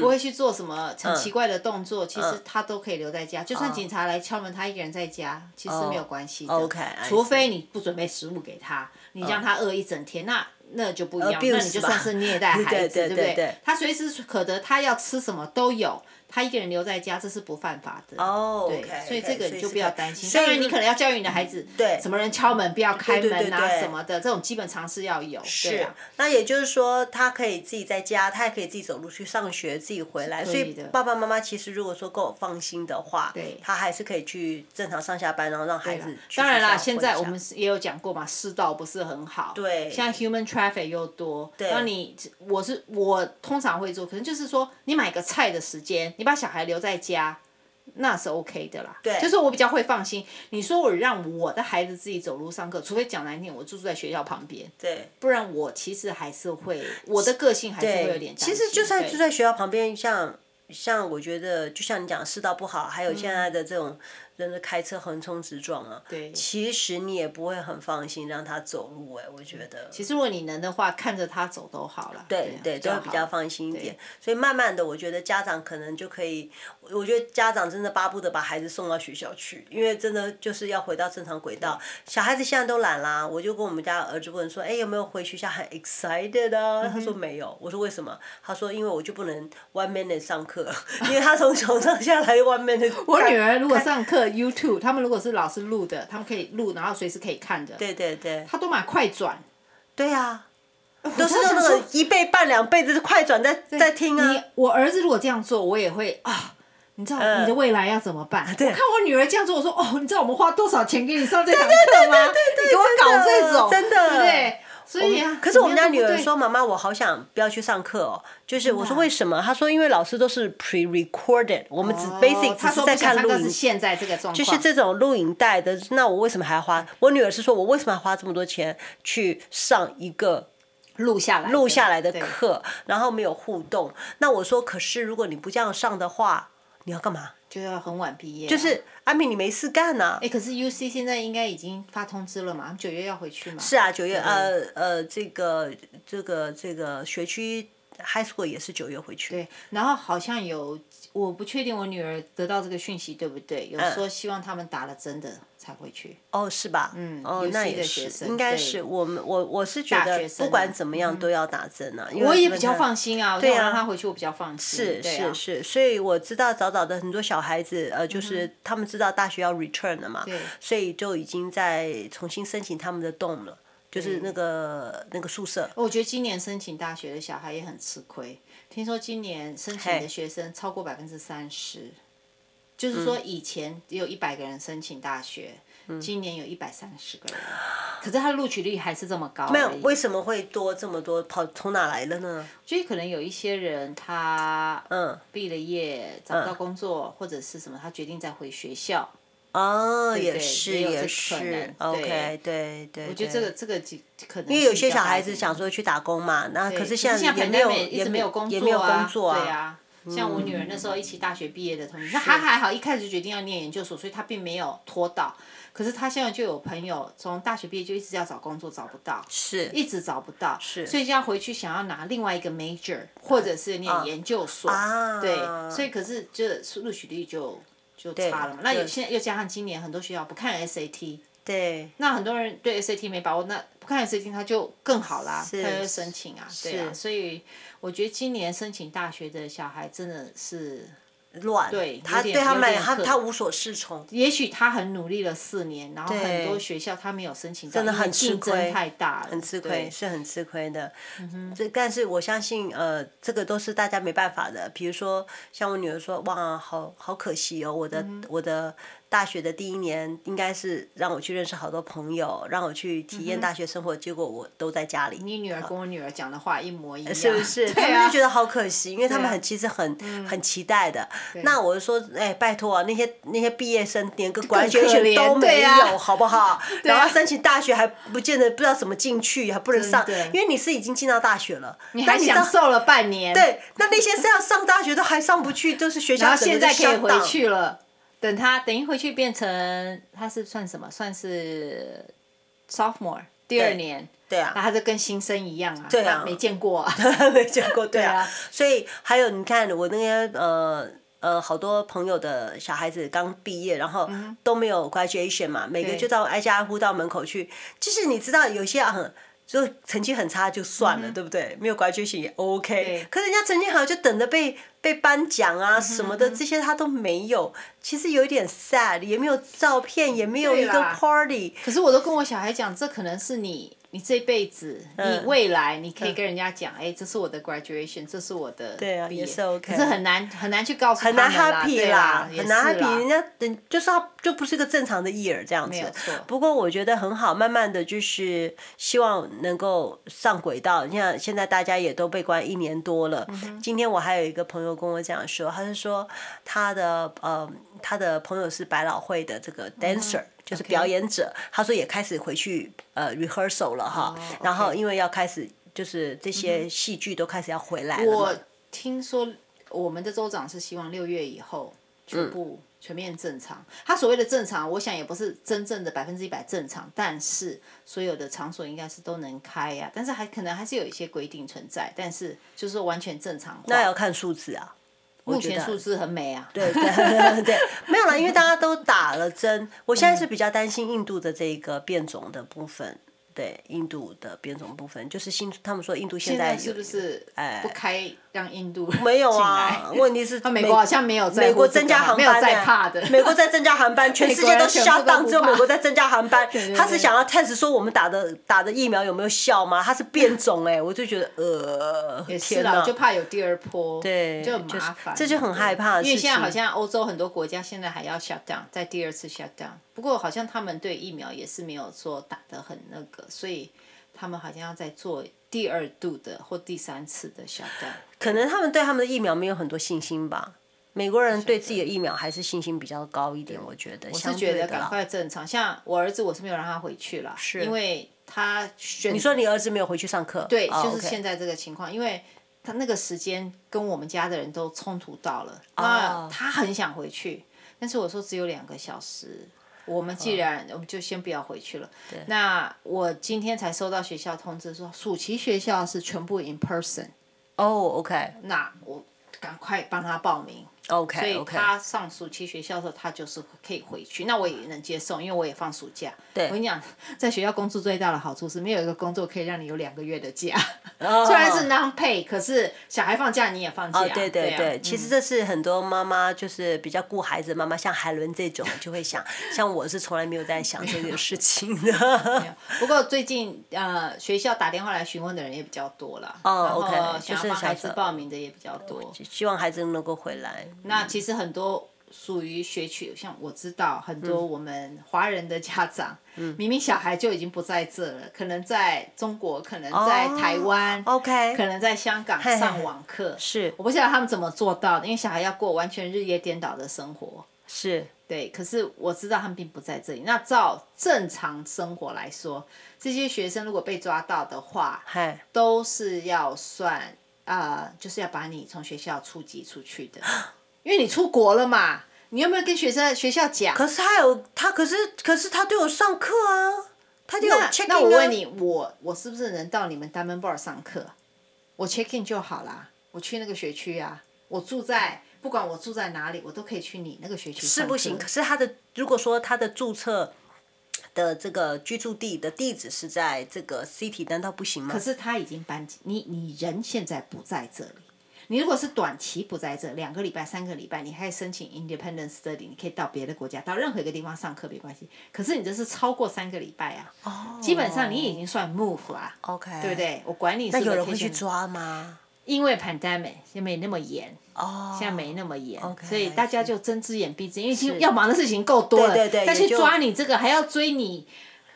S1: [LAUGHS] 不会去做什么很奇怪的动作，其实他都可以留在家。就
S2: 哦
S1: 算警察来敲门，他一个人在家，其实没有关系的。
S2: OK，I 哦 see 嗯
S1: 除非你不准备食物给他，你让他饿一整天，那那就不一样，
S2: 呃 Abuse
S1: 那你就算是虐待
S2: 吧
S1: 孩子，
S2: [LAUGHS] 对对
S1: 不
S2: 对对
S1: 他随时可得，他要吃什么都有。他一个人留在家，这是不犯法的。
S2: 哦
S1: 对
S2: OK，
S1: 所以
S2: OK，
S1: 这个
S2: 所
S1: 你
S2: 以
S1: 就是不要
S2: 可以
S1: 担心。
S2: 所以
S1: 当然，你
S2: 如
S1: 可能要教育你的孩子，
S2: 对
S1: 什么人敲门不要开
S2: 对对对
S1: 门啊
S2: 对
S1: 什么的，这种基本常识要有。对
S2: 是
S1: 啊，，
S2: 那也就是说，他可以自己在家，他也可以自己走路去上学，自己回来。
S1: 是
S2: 所
S1: 可以
S2: 以
S1: 的
S2: 爸爸妈妈其实如果说够放心的话，
S1: 对
S2: 他还是可以去正常上下班，然后让孩
S1: 对啊
S2: 子去
S1: 当然
S2: 学校
S1: 啦，
S2: 混
S1: 现在
S2: 一
S1: 我
S2: 下
S1: 们是也有讲过嘛，世道不是很好。
S2: 对
S1: 像 human traffic 又多。
S2: 对
S1: 那你我是我通常会做，可能就是说，你买个菜的时间，你把小孩留在家。那是 OK 的啦，
S2: 对
S1: 就是我比较会放心。你说我让我的孩子自己走路上课，除非讲难听，我住在学校旁边，
S2: 对。
S1: 不然我其实还是会，我的个性还是会有点担
S2: 其
S1: 心。
S2: 实就算
S1: 对
S2: 住在学校旁边，像像我觉得，就像你讲世道不好，还有现在的这种人的开车横冲直撞啊，
S1: 嗯对
S2: 其实你也不会很放心让他走路哎、我觉得。
S1: 嗯其实如果你能的话，看着他走都好了。啊
S2: 对对，都会比较
S1: 好
S2: 放心一点
S1: 对。
S2: 所以慢慢的，我觉得家长可能就可以，我我觉得家长真的巴不得把孩子送到学校去，因为真的就是要回到正常轨道。小孩子现在都懒啦，我就跟我们家儿子问说，哎，有没有回学校很 excited
S1: 嗯
S2: 啊？他说没有。我说为什么？他说因为我就不能 one minute 上课，因为他从床上下来 one minute 干。
S1: 我女儿如果上课 YouTube，他们如果是老师录的，他们可以录，然后随时可以看的。
S2: 对对对，
S1: 她都买快转，
S2: 对啊，都是
S1: 我
S2: 用
S1: 想
S2: 那
S1: 说
S2: 个一倍半两倍的快转在在听啊。
S1: 你我儿子如果这样做，我也会啊。你知道
S2: 嗯
S1: 你的未来要怎么办？
S2: 对
S1: 我看我女儿这样做，我说哦，你知道我们花多少钱给你上这堂课吗？你给我搞这种，
S2: 真的
S1: 对不对？所以啊，
S2: 可是我们家
S1: 怎么
S2: 女
S1: 样都
S2: 儿
S1: 不对
S2: 说：“妈妈，我好想不要去上课哦。”就是我
S1: 真的
S2: 说
S1: 啊
S2: 为什么？她说因为老师都是 pre-recorded，我们只
S1: 哦
S2: basic 只
S1: 她
S2: 是
S1: 说
S2: 在
S1: 不想
S2: 看
S1: 上
S2: 录
S1: 课是
S2: 影，
S1: 现在这个状况，
S2: 就是这种录影带的。那我为什么还要花？我女儿是说我为什么要花这么多钱去上一个
S1: 录下来的
S2: 录下来的
S1: 对
S2: 课，然后没有互动？那我说，可是如果你不这样上的话，你要干嘛？
S1: 就要很晚毕业啊，
S2: 就
S1: 就是
S2: 安平，你没事干呐、
S1: 哎、可是 U C 现在应该已经发通知了嘛？他们九月要回去嘛？
S2: 是啊，九月呃呃，这个这个这个学区 high school 也是九月回去。
S1: 对，然后好像有，我不确定我女儿得到这个讯息对不对？有说希望他们打了针的才回去。
S2: 嗯哦，是吧？嗯哦
S1: 有，
S2: 那
S1: C
S2: 也
S1: 的学
S2: 是，
S1: 生
S2: 应该
S1: 对
S2: 是我们我我是觉
S1: 大
S2: 得
S1: 学生
S2: 不管
S1: 啊
S2: 怎么样都要打针啊，因为
S1: 我也
S2: 真的
S1: 比较
S2: 太
S1: 放心啊，
S2: 对
S1: 我
S2: 啊
S1: 让她回去我比较放心。
S2: 是
S1: 对啊嗯
S2: 是是，所以我知道早早的很多小孩子，呃，就是他们知道大学要 return 了嘛，
S1: 对
S2: 所以就已经在重新申请他们的 dom 了，就是那个那个宿舍。
S1: 我觉得今年申请大学的小孩也很吃亏。听说今年申请
S2: 嘿
S1: 的学生超过百分之三十，就是说
S2: 嗯
S1: 以前只有一百个人申请大学，今年有一百三十个人，可是他的录取率还是这么高而已。没
S2: 那为什么会多这么多？跑从哪来的呢？
S1: 所以可能有一些人他
S2: 嗯，
S1: 毕了业找不到工作、或者是什么，他决定再回学校。
S2: 哦，也
S1: 对
S2: 是
S1: 也有这
S2: 也
S1: 个可
S2: 是
S1: 能
S2: ，OK，对对。我
S1: 我觉得这个这个几可能因
S2: 因为有些小孩子想说去打工嘛，那可是现
S1: 现在
S2: 也
S1: 台
S2: 没有
S1: 南也一
S2: 也
S1: 直没有工作
S2: 也
S1: 啊，
S2: 没有工作嗯
S1: 对啊。像我女儿那时候一起大学毕业的同学，那她还好，一开始就决定要念研究所，所以她并没有拖到。可是她现在就有朋友从大学毕业就一直要找工作，找不到，
S2: 是
S1: 一直找不到，
S2: 是嗯
S1: 所以就要回去想要拿另外一个 major，或者是念研究所，
S2: 啊
S1: 对，所以可是这录取率就就差了嘛。那有
S2: 对
S1: 现在又加上今年很多学校不看 SAT，
S2: 对，
S1: 那很多人对 SAT 没把握，那不看 SAT 他就更好啦，
S2: 是
S1: 他就申请啊，对啊，
S2: 是
S1: 所以我觉得今年申请大学的小孩真的是，
S2: 乱，
S1: 对
S2: 他
S1: 有
S2: 对
S1: 点
S2: 他
S1: 有
S2: 们
S1: 点
S2: 他
S1: 刻
S2: 他无所适从，
S1: 也许他很努力了四年，然后
S2: 对
S1: 很多学校他没有申请到，
S2: 真的
S1: 因为
S2: 很吃
S1: 竞
S2: 亏
S1: 争太大了，
S2: 很吃亏，
S1: 对。嗯
S2: 是很吃亏的。这但是我相信，呃，这个都是大
S1: 嗯
S2: 家没办法的。比如说，像我女儿说，哇，好好可惜哦，我的我的大学的第一年应该是让我去认识好多朋友，让我去体
S1: 嗯
S2: 验大学生活，结果我都在家里。
S1: 你女儿跟我女儿讲的话一模一样，
S2: 呃是不
S1: [LAUGHS]
S2: 是？
S1: 对
S2: 他们
S1: 啊
S2: 就，觉得好可惜，因为他们
S1: 对啊
S2: 很其实很、很期待的。那我就说，哎、拜托啊，那些那些毕业生连个管
S1: 更
S2: 选
S1: 可
S2: 选
S1: 怜
S2: 都没
S1: 对
S2: 有，
S1: 啊
S2: 好不好？
S1: 对啊
S2: 然后申请大学还不见得不知道怎么进去，还不能上
S1: 真的，
S2: 因为你是已经进到大学了，
S1: 你
S2: 那
S1: 还
S2: 知道
S1: 享受了半年，，
S2: 对，那那些是要上大学都还上不去，都是学校
S1: 然后
S2: 整个
S1: 现
S2: 就
S1: 在可以
S2: shut down
S1: 回。去了。等她等一回去变成她是算什么？算是 sophomore 第二
S2: 对
S1: 年，
S2: 对
S1: 那
S2: 啊，
S1: 她就跟新生一样啊，
S2: 对啊
S1: 那没见过啊， [LAUGHS]
S2: 没见过，对
S1: 对
S2: 啊
S1: 啊。
S2: 所以还有你看，我那些呃。呃，好多朋友的小孩子刚毕业，然后都没有 graduation 嘛，每个
S1: 嗯对
S2: 就到挨家挨户到门口去。就是你知道，有些啊很就成绩很差就算了，对不对？没有 graduation 也 OK
S1: 嗯对。嗯
S2: 可人家成绩好，就等着被被颁奖啊什么的，这些他都没有。其实有一点 sad，也没有照片，也没有
S1: 对
S2: 一个
S1: 啦
S2: party。
S1: 可是我都跟我小孩讲，这可能是你，你这辈子，
S2: 嗯
S1: 你未来，你可以跟人家讲，哎、这是我的 graduation，这是我的
S2: 对啊
S1: 毕业
S2: 也是 OK
S1: 可是很难很难去告诉
S2: 很难
S1: 他们啦
S2: happy
S1: 对
S2: 啦
S1: 啦，，
S2: 很难 happy，人
S1: 也是啦
S2: 家人就是他就不是个正常的艺人这样
S1: 没有
S2: 子。
S1: 错，
S2: 不过我觉得很好，慢慢的就是希望能够上轨道。你看现在大家也都被关一年多了。
S1: 嗯
S2: 今天我还有一个朋友跟我讲说，他是说他的呃他的朋友是百老汇的这个 dancer，、就是
S1: 嗯 OK
S2: 表演者。他说也开始回去呃 rehearsal 了哈，
S1: 哦，OK 嗯
S2: 然后因为要开始就是这些戏剧都开始要回来了嘛。
S1: 我听说我们的州长是希望六月以后
S2: 嗯
S1: 全部全面正常。他所谓的正常，我想也不是真正的百分之一百正常，但是所有的场所应该是都能开呀、但是还可能还是有一些规定存在，但是就是说完全正常化。
S2: 那要看数字啊。
S1: 目
S2: 觉
S1: 前
S2: 得
S1: 数字很美啊。
S2: 对对对，没有啦，因为大家都打了针。我现在
S1: 嗯
S2: 是比较担心印度的这一个变种的部分，对印度的变种部分，就是新他们说印度现
S1: 现在
S2: 在有哎
S1: 是不是不开让印度
S2: 没有
S1: 进
S2: 啊
S1: 来？
S2: 问
S1: [LAUGHS]
S2: 题是
S1: 啊美国好像没有在乎
S2: 美国
S1: 这个啊
S2: 增加航
S1: 没有
S2: 班呢、
S1: 在怕的
S2: 美国在增加航
S1: [LAUGHS]
S2: 班，全世界
S1: 美国
S2: 都
S1: 人全部
S2: shut
S1: 都
S2: down，
S1: 不
S2: 只有
S1: 怕
S2: 美国在增加航班。
S1: [LAUGHS] 对对
S2: 他是
S1: 对
S2: 想要 test 说我们打的打的疫苗有没有效吗？他是变种哎、我就觉得呃，
S1: 也是
S2: 天
S1: 啦，
S2: 哪
S1: 就怕有第二波，
S2: 对
S1: 就很
S2: 就是
S1: 麻烦，
S2: 这就很害怕的
S1: 对因为
S2: 事
S1: 现在好
S2: 情
S1: 像欧洲很多国家现在还要 shut down，在第二次 shut down。不过好像他们对疫苗也是没有说打得很那个，所以他们好像要再做第二度的或第三次的 shut down。
S2: 可能他们对他们的疫苗没有很多信心吧。美国人对自己的疫苗还是信心比较高一点，我觉得。我
S1: 我是觉得赶快正常，像我儿子我是没有让他回去了，是因为他选
S2: 你说你儿子没有回去上课？
S1: 对，
S2: 哦
S1: 就是
S2: OK
S1: 现在这个情况，因为他那个时间跟我们家的人都冲突到了，
S2: 哦
S1: 那他很想回去，但是我说只有两个小时。我们
S2: 哦
S1: 既然、我们就先不要回去了。那我今天才收到学校通知说，暑期学校是全部 in person。
S2: 哦，OK，
S1: 那我赶快帮他报名。所
S2: OK，OK、
S1: 以
S2: o k OK，
S1: 他上暑期学校的时候，他就是可以回去。那我也能接受，因为我也放暑假。对我跟你讲，在学校工作最大的好处是，没有一个工作可以让你有两个月的假。虽然是 non pay，可是小孩放假你也放假。
S2: 嗯哦，对对
S1: 啊
S2: 对，其实这是很多妈妈就是比较顾孩子的妈妈，像海伦这种就
S1: [LAUGHS]
S2: 会想，像我是从来没有在想这个事情的。
S1: 不过最近呃，学校打电话来询问的人也比较多了，
S2: 哦
S1: 然后
S2: OK，
S1: 想
S2: 就
S1: 要
S2: 是哦
S1: 帮孩子
S2: 想
S1: 报名的也比较多。
S2: [LAUGHS] 希望孩子能够回来。
S1: 那其实很多属于学区，像我知道很多
S2: 嗯
S1: 我们华人的家长，明明小孩就已经不在这了，可能在中国，可能在台湾、
S2: 哦 OK，
S1: 可能在香港
S2: 嘿嘿
S1: 上网课。
S2: 是
S1: 我不晓得他们怎么做到的，因为小孩要过完全日夜颠倒的生活。
S2: 是，
S1: 对，可是我知道他们并不在这里。那照正常生活来说，这些学生如果被抓到的话，
S2: 嗨，
S1: 都是要算啊、呃就是要把你从学校出籍出去的，因为你出国了嘛，你有没有跟学生学校讲？
S2: 可是他有他，可是可是他对我上课啊，他对我
S1: 那
S2: check in 啊。
S1: 那我问你，我我是不是能到你们 Diamond Bar 上课？我 check in 就好啦，我去那个学区啊，我住在不管我住在哪里，我都可以去你那个学区上
S2: 是
S1: 课。
S2: 不行。可是他的如果说他的注册的这个居住地的地址是在这个 city，难道不行吗
S1: 可？是他已经搬进你，你人现在不在这里。你如果是短期不在这，两个礼拜、三个礼拜，你还申请 independent study，你可以到别的国家，到任何一个地方上课没关系。可是你这是超过三个礼拜啊，
S2: 哦
S1: 基本上你已经算 move 啦、
S2: OK，
S1: 对不？对？我管你
S2: 哦那
S1: 是
S2: 有人
S1: vacation
S2: 会去抓吗？
S1: 因为 pandemic 也没那么严，
S2: 哦，
S1: 现在没那么严
S2: OK，
S1: 所以
S2: I
S1: 大家
S2: see
S1: 就睁只眼闭只眼，因为其实要忙的事情够多了，
S2: 对对对
S1: 再去
S2: 也就
S1: 抓你这个，还要追你。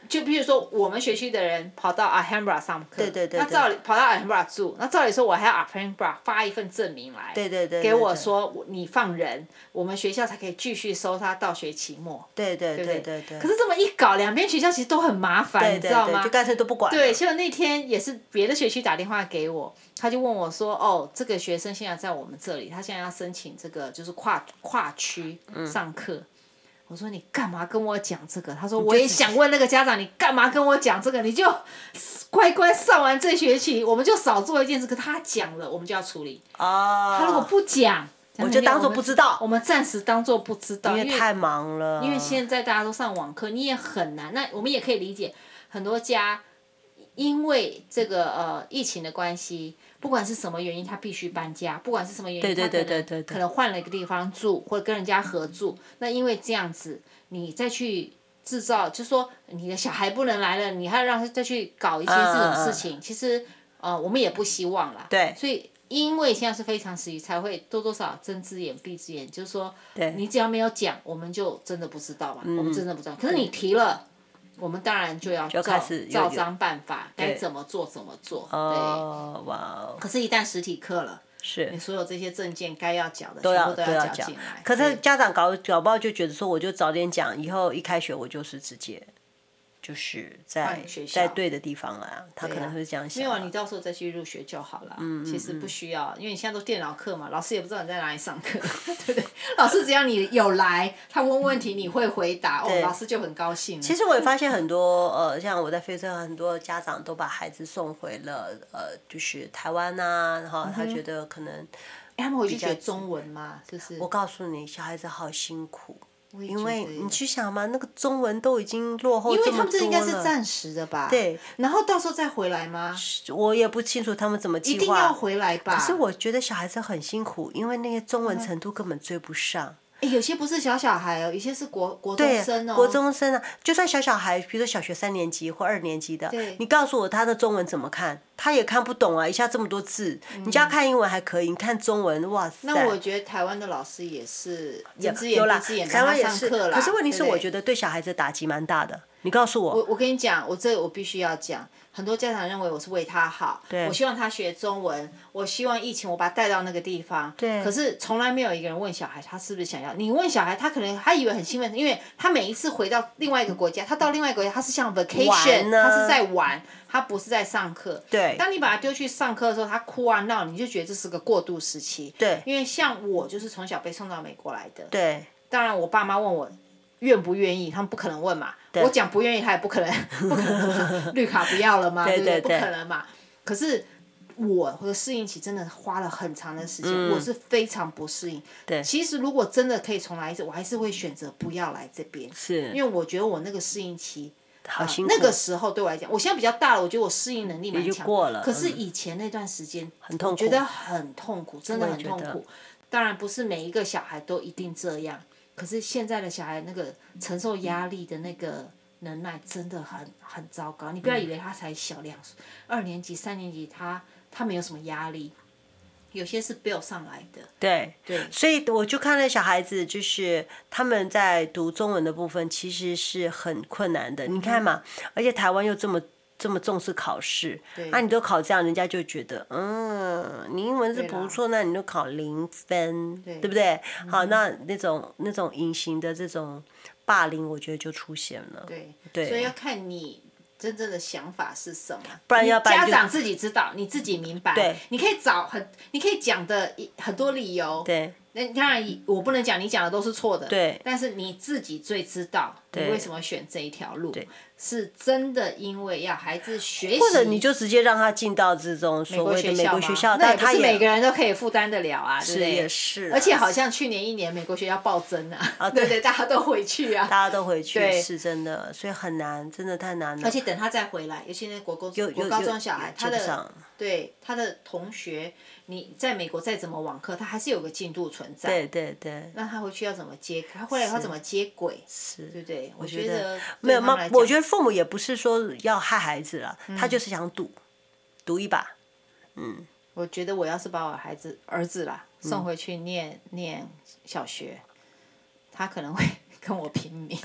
S1: 就比如说，我们学区的人跑到 Alhambra 上课，
S2: 对对对
S1: 那
S2: 对
S1: 照理跑到 Alhambra 住，那照理说我还要 Alhambra 发一份证明来，
S2: 对对对，
S1: 给
S2: 对
S1: 我，
S2: 对
S1: 说我你放人，我们学校才可以继续收他到学期末，
S2: 对对
S1: 对不
S2: 对对对，
S1: 可是这么一搞，两边学校其实都很麻烦，
S2: 对
S1: 你
S2: 对
S1: 知道吗
S2: 对，就？干脆都不管了，
S1: 对，结果那天也是别的学区打电话给我，他就问我说：“哦，这个学生现在在我们这里，他现在要申请这个就是跨跨区
S2: 嗯
S1: 上课。我说：“你干嘛跟我讲这个？”他说：“我也想问那个家长，你干嘛跟我讲这个？你就乖乖上完这学期，我们就少做一件事。可他讲了，我们就要处理。
S2: 啊，
S1: 他如果不讲，
S2: 我就当做不知道
S1: 我们暂时当做不知道，
S2: 因
S1: 因
S2: 为
S1: 为
S2: 太忙了，
S1: 因为现在大家都上网课，你也很难。那我们也可以理解，很多家因为这个呃疫情的关系，不管是什么原因，他必须搬家，不管是什么原因，
S2: 对对
S1: 他可能
S2: 对对对对
S1: 可能换了一个地方住，或者跟人家合住。那因为这样子，你再去。制造就说你的小孩不能来了，你还要让他再去搞一些这种事情，其实呃我们也不希望啦。
S2: 对
S1: 所以因为现在是非常时期，才会多多少少睁只眼闭只眼，就是说
S2: 对
S1: 你只要没有讲，我们就真的不知道嘛，我们真的不知道。可是你提了，我们当然就要
S2: 就
S1: 照
S2: 开始有
S1: 照
S2: 有
S1: 章办法，该
S2: 对
S1: 怎么做怎么做。对。
S2: 哦，哇哦，
S1: 可是，一旦实体课了，
S2: 是
S1: 你所有这些证件该要缴的，
S2: 都
S1: 全
S2: 要
S1: 部都
S2: 要
S1: 缴
S2: 讲
S1: 进来。。
S2: 可是
S1: 对
S2: 家长搞搞不好就觉得说，我就早点讲，以后一开学我就是直接就是在
S1: 换学校
S2: 在对的地方了啊，他可能会这样
S1: 没
S2: 想
S1: 有
S2: 啊。嗯
S1: 啊，你到时候再去入学就好了。其实不需要，因为你现在都电脑课嘛，老师也不知道你在哪里上课， [LAUGHS] 对不对？老师只要你有来，他问问题你会回答，哦，老师就很高兴了。
S2: 其实我也发现很多呃，像我在非洲，很多家长都把孩子送回了呃，就是台湾呐、然后他觉得可能，
S1: 哎他们回去学
S2: 较
S1: 中文嘛，就是
S2: 我告诉你，小孩子好辛苦，
S1: 我也
S2: 因
S1: 觉
S2: 为
S1: 得
S2: 你去想嘛，那个中文都已经落后
S1: 因为
S2: 这么
S1: 他们这应该是
S2: 多了
S1: 暂时的吧？
S2: 对。
S1: 然后到时候再回来吗？
S2: 我也不清楚他们怎么计
S1: 一
S2: 划，
S1: 定要回来吧？
S2: 可是我觉得小孩子很辛苦，因为那些
S1: 嗯
S2: 中文程度根本追不上。
S1: 哎有些不是小小孩哦，有些是国国
S2: 对
S1: 中生哦，
S2: 国中生啊，就算小小孩，比如说小学三年级或二年级的
S1: 对，
S2: 你告诉我他的中文怎么看，他也看不懂啊！一下这么多字，你叫他看英文还可以，你看中文，哇塞！
S1: 嗯那我觉得台湾的老师也是睁只
S2: 有
S1: 眼
S2: 啦
S1: 闭只眼，
S2: 台湾也
S1: 让他
S2: 是，
S1: 上课啦。
S2: 可是问题是，
S1: 对不对
S2: 我觉得对小孩子打击蛮大的。你告诉
S1: 我
S2: 我，
S1: 我跟你讲，我这我必须要讲，很多家长认为我是为他好，
S2: 对
S1: 我希望他学中文，我希望疫情我把他带到那个地方，
S2: 对
S1: 可是从来没有一个人问小孩他是不是想要，你问小孩他可能他以为很兴奋，因为他每一次回到另外一个国家，他到另外一个国家他是像 vacation，
S2: 玩呢
S1: 他是在玩，他不是在上课。
S2: 对
S1: 当你把他丢去上课的时候，他哭啊闹，你就觉得这是个过渡时期。
S2: 对
S1: 因为像我就是从小被送到美国来的，
S2: 对
S1: 当然，我爸妈问我愿不愿意，他们不可能问嘛。我讲不愿意，他也不可能， [LAUGHS] 不可能绿卡不要了嘛，
S2: [LAUGHS] 对
S1: 不对？
S2: 对对
S1: 不可能嘛。可是我的适应期真的花了很长的时间，我是非常不适应。
S2: 嗯对
S1: 其实如果真的可以重来一次，我还是会选择不要来这边，
S2: 是
S1: 因为我觉得我那个适应期。
S2: 好辛苦，
S1: 那个时候对我来讲，我现在比较大了，我觉得我适应能力蛮
S2: 也就
S1: 强。
S2: 过了嗯
S1: 可是以前那段时间很
S2: 痛苦
S1: 我觉得很痛苦，真的
S2: 我也
S1: 很
S2: 觉
S1: 痛
S2: 得
S1: 苦。当然不是每一个小孩都一定这样，可是现在的小孩那个承受压力的那个能耐真的很很糟糕。你不要
S2: 嗯
S1: 以为他才小两岁，二年级、三年级他他没有什么压力，有些是 build 上来的。
S2: 对
S1: 对
S2: 所以我就看到小孩子，就是他们在读中文的部分其实是很困难的。
S1: 嗯
S2: 你看嘛，而且台湾又这么这么重视考试，那、你都考这样，人家就觉得，嗯，你英文是
S1: 对啦
S2: 不错，那你就考零分，
S1: 对嗯
S2: 对不对？好，那那种那种隐形的这种霸凌，我觉得就出现了。
S1: 对，
S2: 对
S1: 所以要看你真正的想法是什么，
S2: 不然
S1: 你
S2: 要不然
S1: 家
S2: 就
S1: 长自己知道，你自己明白，
S2: 对
S1: 你可以找很，你可以讲的一很多理由，
S2: 对
S1: 那当然我不能讲你讲的都是错的，
S2: 对
S1: 但是你自己最知道你
S2: 对
S1: 为什么选这一条路，是真的因为要孩子学习，
S2: 或者你就直接让他进到这种所谓的美国学校，
S1: 嘛那
S2: 但
S1: 也不
S2: 他
S1: 是每
S2: 也
S1: 个人都可以负担得了啊，对不
S2: 是
S1: 对
S2: 也是啊，
S1: 而且好像去年一年美国学校暴增啊，对对，大家都回去啊，
S2: 大家都回去，
S1: 对
S2: 是真的，所以很难，真的太难了。
S1: 而且等他再回来，尤其那国高
S2: 有
S1: 国
S2: 有
S1: 高
S2: 有
S1: 中小孩
S2: 有，
S1: 他
S2: 追不上
S1: 的对他的同学，你在美国再怎么网课，他还是有个进度存在。
S2: 对对对，
S1: 那他回去要怎么接？他回来要怎么接轨？对
S2: 是。
S1: 不对？我
S2: 觉
S1: 得
S2: 得没有妈，我觉
S1: 得
S2: 得父母
S1: 嗯 [LAUGHS]
S2: 也不是说要害孩子了，他就是想赌，赌一把。
S1: 我我觉得我要是把我孩子儿子啦
S2: 嗯
S1: 送回去念、念小学，他可能会 [LAUGHS] 跟我平
S2: [LAUGHS]
S1: 民，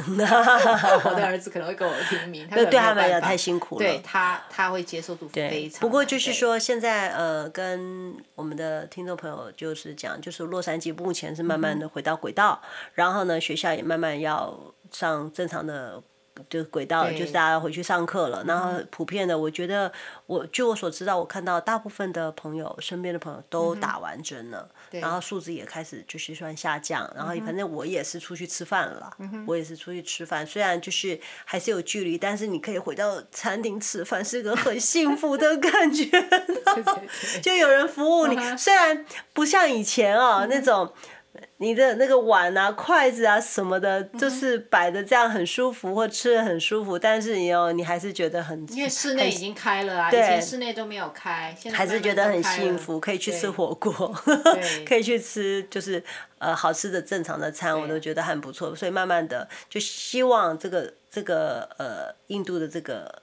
S1: 我的儿子可能会跟我平民，他可能
S2: 对他
S1: 没
S2: 们
S1: 有
S2: 来讲
S1: 办法
S2: 太辛苦了。
S1: 对他他会接受度非常。
S2: 不过就是，说，现在呃，跟我们的听众朋友就是讲，就是洛杉矶目前是慢慢的回到轨道，
S1: 嗯
S2: 然后呢，学校也慢慢要上正常的。就是轨道了，
S1: 对
S2: 就是大家要回去上课了。然后普遍的，我觉得我据我所知道，我看到大部分的朋友身边的朋友都打完针了，然后数字也开始就是算下降。然后反正我也是出去吃饭了啦，我也是出去吃饭，虽然就是还是有距离，但是你可以回到餐厅吃饭，是个很幸福的感觉。
S1: 对对对
S2: 就有人服
S1: 嗯
S2: 务你，虽然不像以前哦、那种。你的那个碗啊、筷子啊什么的，
S1: 嗯
S2: 就是摆的这样很舒服，或吃的很舒服，但是你哦，你还是觉得很，
S1: 因为室内已经开了啊，以前室内都没有开，现在
S2: 还是觉得
S1: 慢慢
S2: 很
S1: 都开了
S2: 幸福，可以去吃，火锅，
S1: 对
S2: [LAUGHS] 可以去吃就是呃好吃的正常的餐，我都觉得很不错。所以慢慢的就希望这个这个呃印度的这个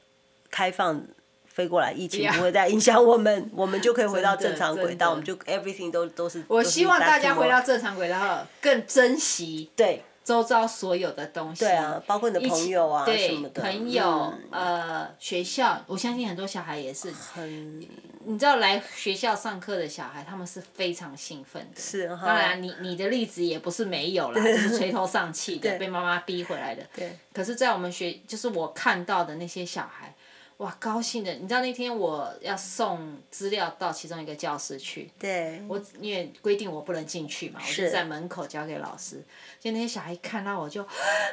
S2: 开放飞过来，疫情
S1: 哎呀
S2: 不会再影响我们，我们就可以回到
S1: 真的
S2: 正常轨
S1: 真的
S2: 道，我们就 everything 都都是。
S1: 我
S2: 都是
S1: 希望
S2: back
S1: 大家
S2: to
S1: 回
S2: normal
S1: 到正常轨道，更珍惜
S2: 对
S1: 周遭所有的东西。
S2: 对啊，包括你的
S1: 一起
S2: 朋友啊什么
S1: 对，
S2: 的，
S1: 朋友
S2: 嗯、
S1: 呃，学校，我相信很多小孩也是，
S2: 很
S1: 你知道来学校上课的小孩，他们是非常兴奋的。
S2: 是哈
S1: 当然你你的例子也不是没有
S2: [LAUGHS]
S1: 啦，就是垂头丧气的，被妈妈逼回来的。
S2: 对
S1: 可是，在我们学，就是我看到的那些小孩，哇，高兴的！你知道那天我要送资料到其中一个教室去，
S2: 对，
S1: 我因为规定我不能进去嘛，我
S2: 是
S1: 就在门口交给老师。就那些小孩一看到我就啊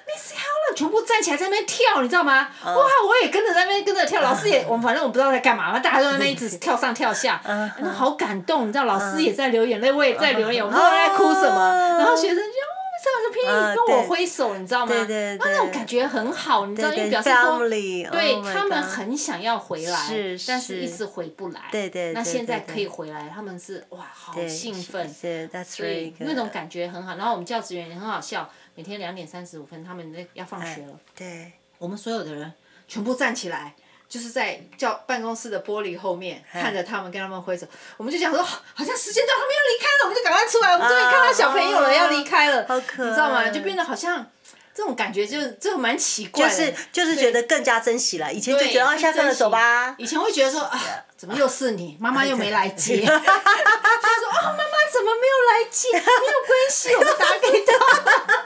S1: Miss Helen，全部站起来在那边跳，你知道吗？
S2: 嗯
S1: 哇，我也跟着在那边跟着跳，老师
S2: [LAUGHS]
S1: 也，我们反正我不知道在干嘛，大家都在那一直
S2: 嗯
S1: 跳上跳下，那好感动，你知道，老师也在流眼泪，我也在
S2: 嗯
S1: 流眼泪，我们都不知道在哭什么，然后学生就。哦 Miss Helen
S2: 啊
S1: 就拼命跟我
S2: 对
S1: 挥手，你知道吗？啊
S2: 对对
S1: 那那种
S2: 对
S1: 感觉很好，你知道，
S2: 对
S1: 因为
S2: 对
S1: 表示说，
S2: ，family，
S1: 对
S2: oh my
S1: 他们
S2: God
S1: 很想要回来，
S2: 是
S1: 但是
S2: 是
S1: 一直回不来。
S2: 对对
S1: 那
S2: 对
S1: 现在
S2: 对对
S1: 可以回来，他们是哇，好
S2: 对
S1: 兴
S2: 是
S1: 奋，
S2: 是，that's
S1: 所以
S2: really
S1: 那种
S2: good
S1: 感觉很好。然后我们教职员也很好笑，每天两点三十五分，他们那要放
S2: 哎
S1: 学了，
S2: 对。
S1: 我们所有的人全部站起来。就是在教办公室的玻璃后面
S2: 哎
S1: 看着他们，跟他们挥手，我们就想说，好像时间到，他们要离开了，我们就赶快出来，我们终于看到小朋友了，
S2: 啊
S1: 要离开了，
S2: 好可
S1: 你知道吗？
S2: 爱
S1: 就变得好像这种感觉就，就这蛮奇怪
S2: 就
S1: 的，
S2: 是就是觉得更加珍惜了，以前就
S1: 对
S2: 觉得啊，下课了走吧，
S1: 以前会觉得说啊，怎么又是
S2: [LAUGHS]
S1: 你？妈妈又没来接。他说哦，妈妈怎么没有来接？没有关系，我们打给他。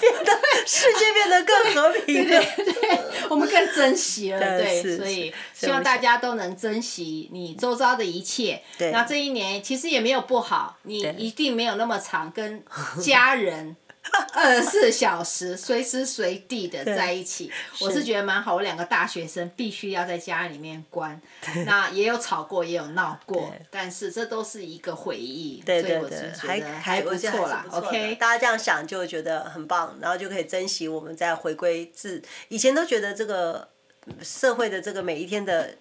S2: 变得 [LAUGHS] 世界变得更和平了。
S1: 对对， [LAUGHS] 我们更珍惜
S2: [LAUGHS]
S1: 了。
S2: 对
S1: 对，
S2: 是
S1: 所以
S2: 是
S1: 希望大家都能珍惜你周遭的一切。
S2: 对
S1: 那这一年其实也没有不好，你
S2: 对
S1: 一定没有那么长跟家
S2: [LAUGHS]
S1: 人。二十四小时 [LAUGHS] 随时随地的在一起，我是觉得蛮好。我两个大学生必须要在家里面关，那也有吵过，也有闹过
S2: 对，
S1: 但是这都是一个回忆，
S2: 对
S1: 所以
S2: 对
S1: 我
S2: 对
S1: 是，觉
S2: 还
S1: 得
S2: 还
S1: 不
S2: 我觉得
S1: 错
S2: 还
S1: 啦
S2: 是。不错的
S1: OK，
S2: 大家这样想就会觉得很棒，然后就可以珍惜我们再回归自以前都觉得这个社会的这个每一天的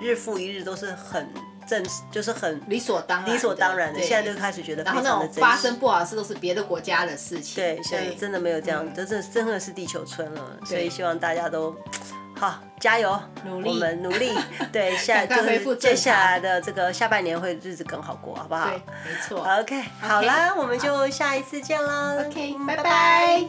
S2: 日复一日都是很正，就是很
S1: 理所当然的，
S2: 理所当然的，
S1: 对
S2: 现在就开始觉得非
S1: 然后
S2: 常
S1: 那
S2: 的
S1: 种
S2: 珍惜。
S1: 发生不好的事都是别的国家的事情。
S2: 对，现在真的没有这样，
S1: 嗯
S2: 真的真的是地球村了，所以希望大家都好加油，
S1: 努力
S2: 我们努
S1: [LAUGHS]
S2: 力，对，下
S1: 赶
S2: 就
S1: 快恢复
S2: 是
S1: 正
S2: 接
S1: 常
S2: 下来的这个下半年会日子更好过，好不好
S1: 对，没错。
S2: ？OK，好啦，我们就下一次见啦
S1: OK，
S2: 嗯
S1: 拜拜。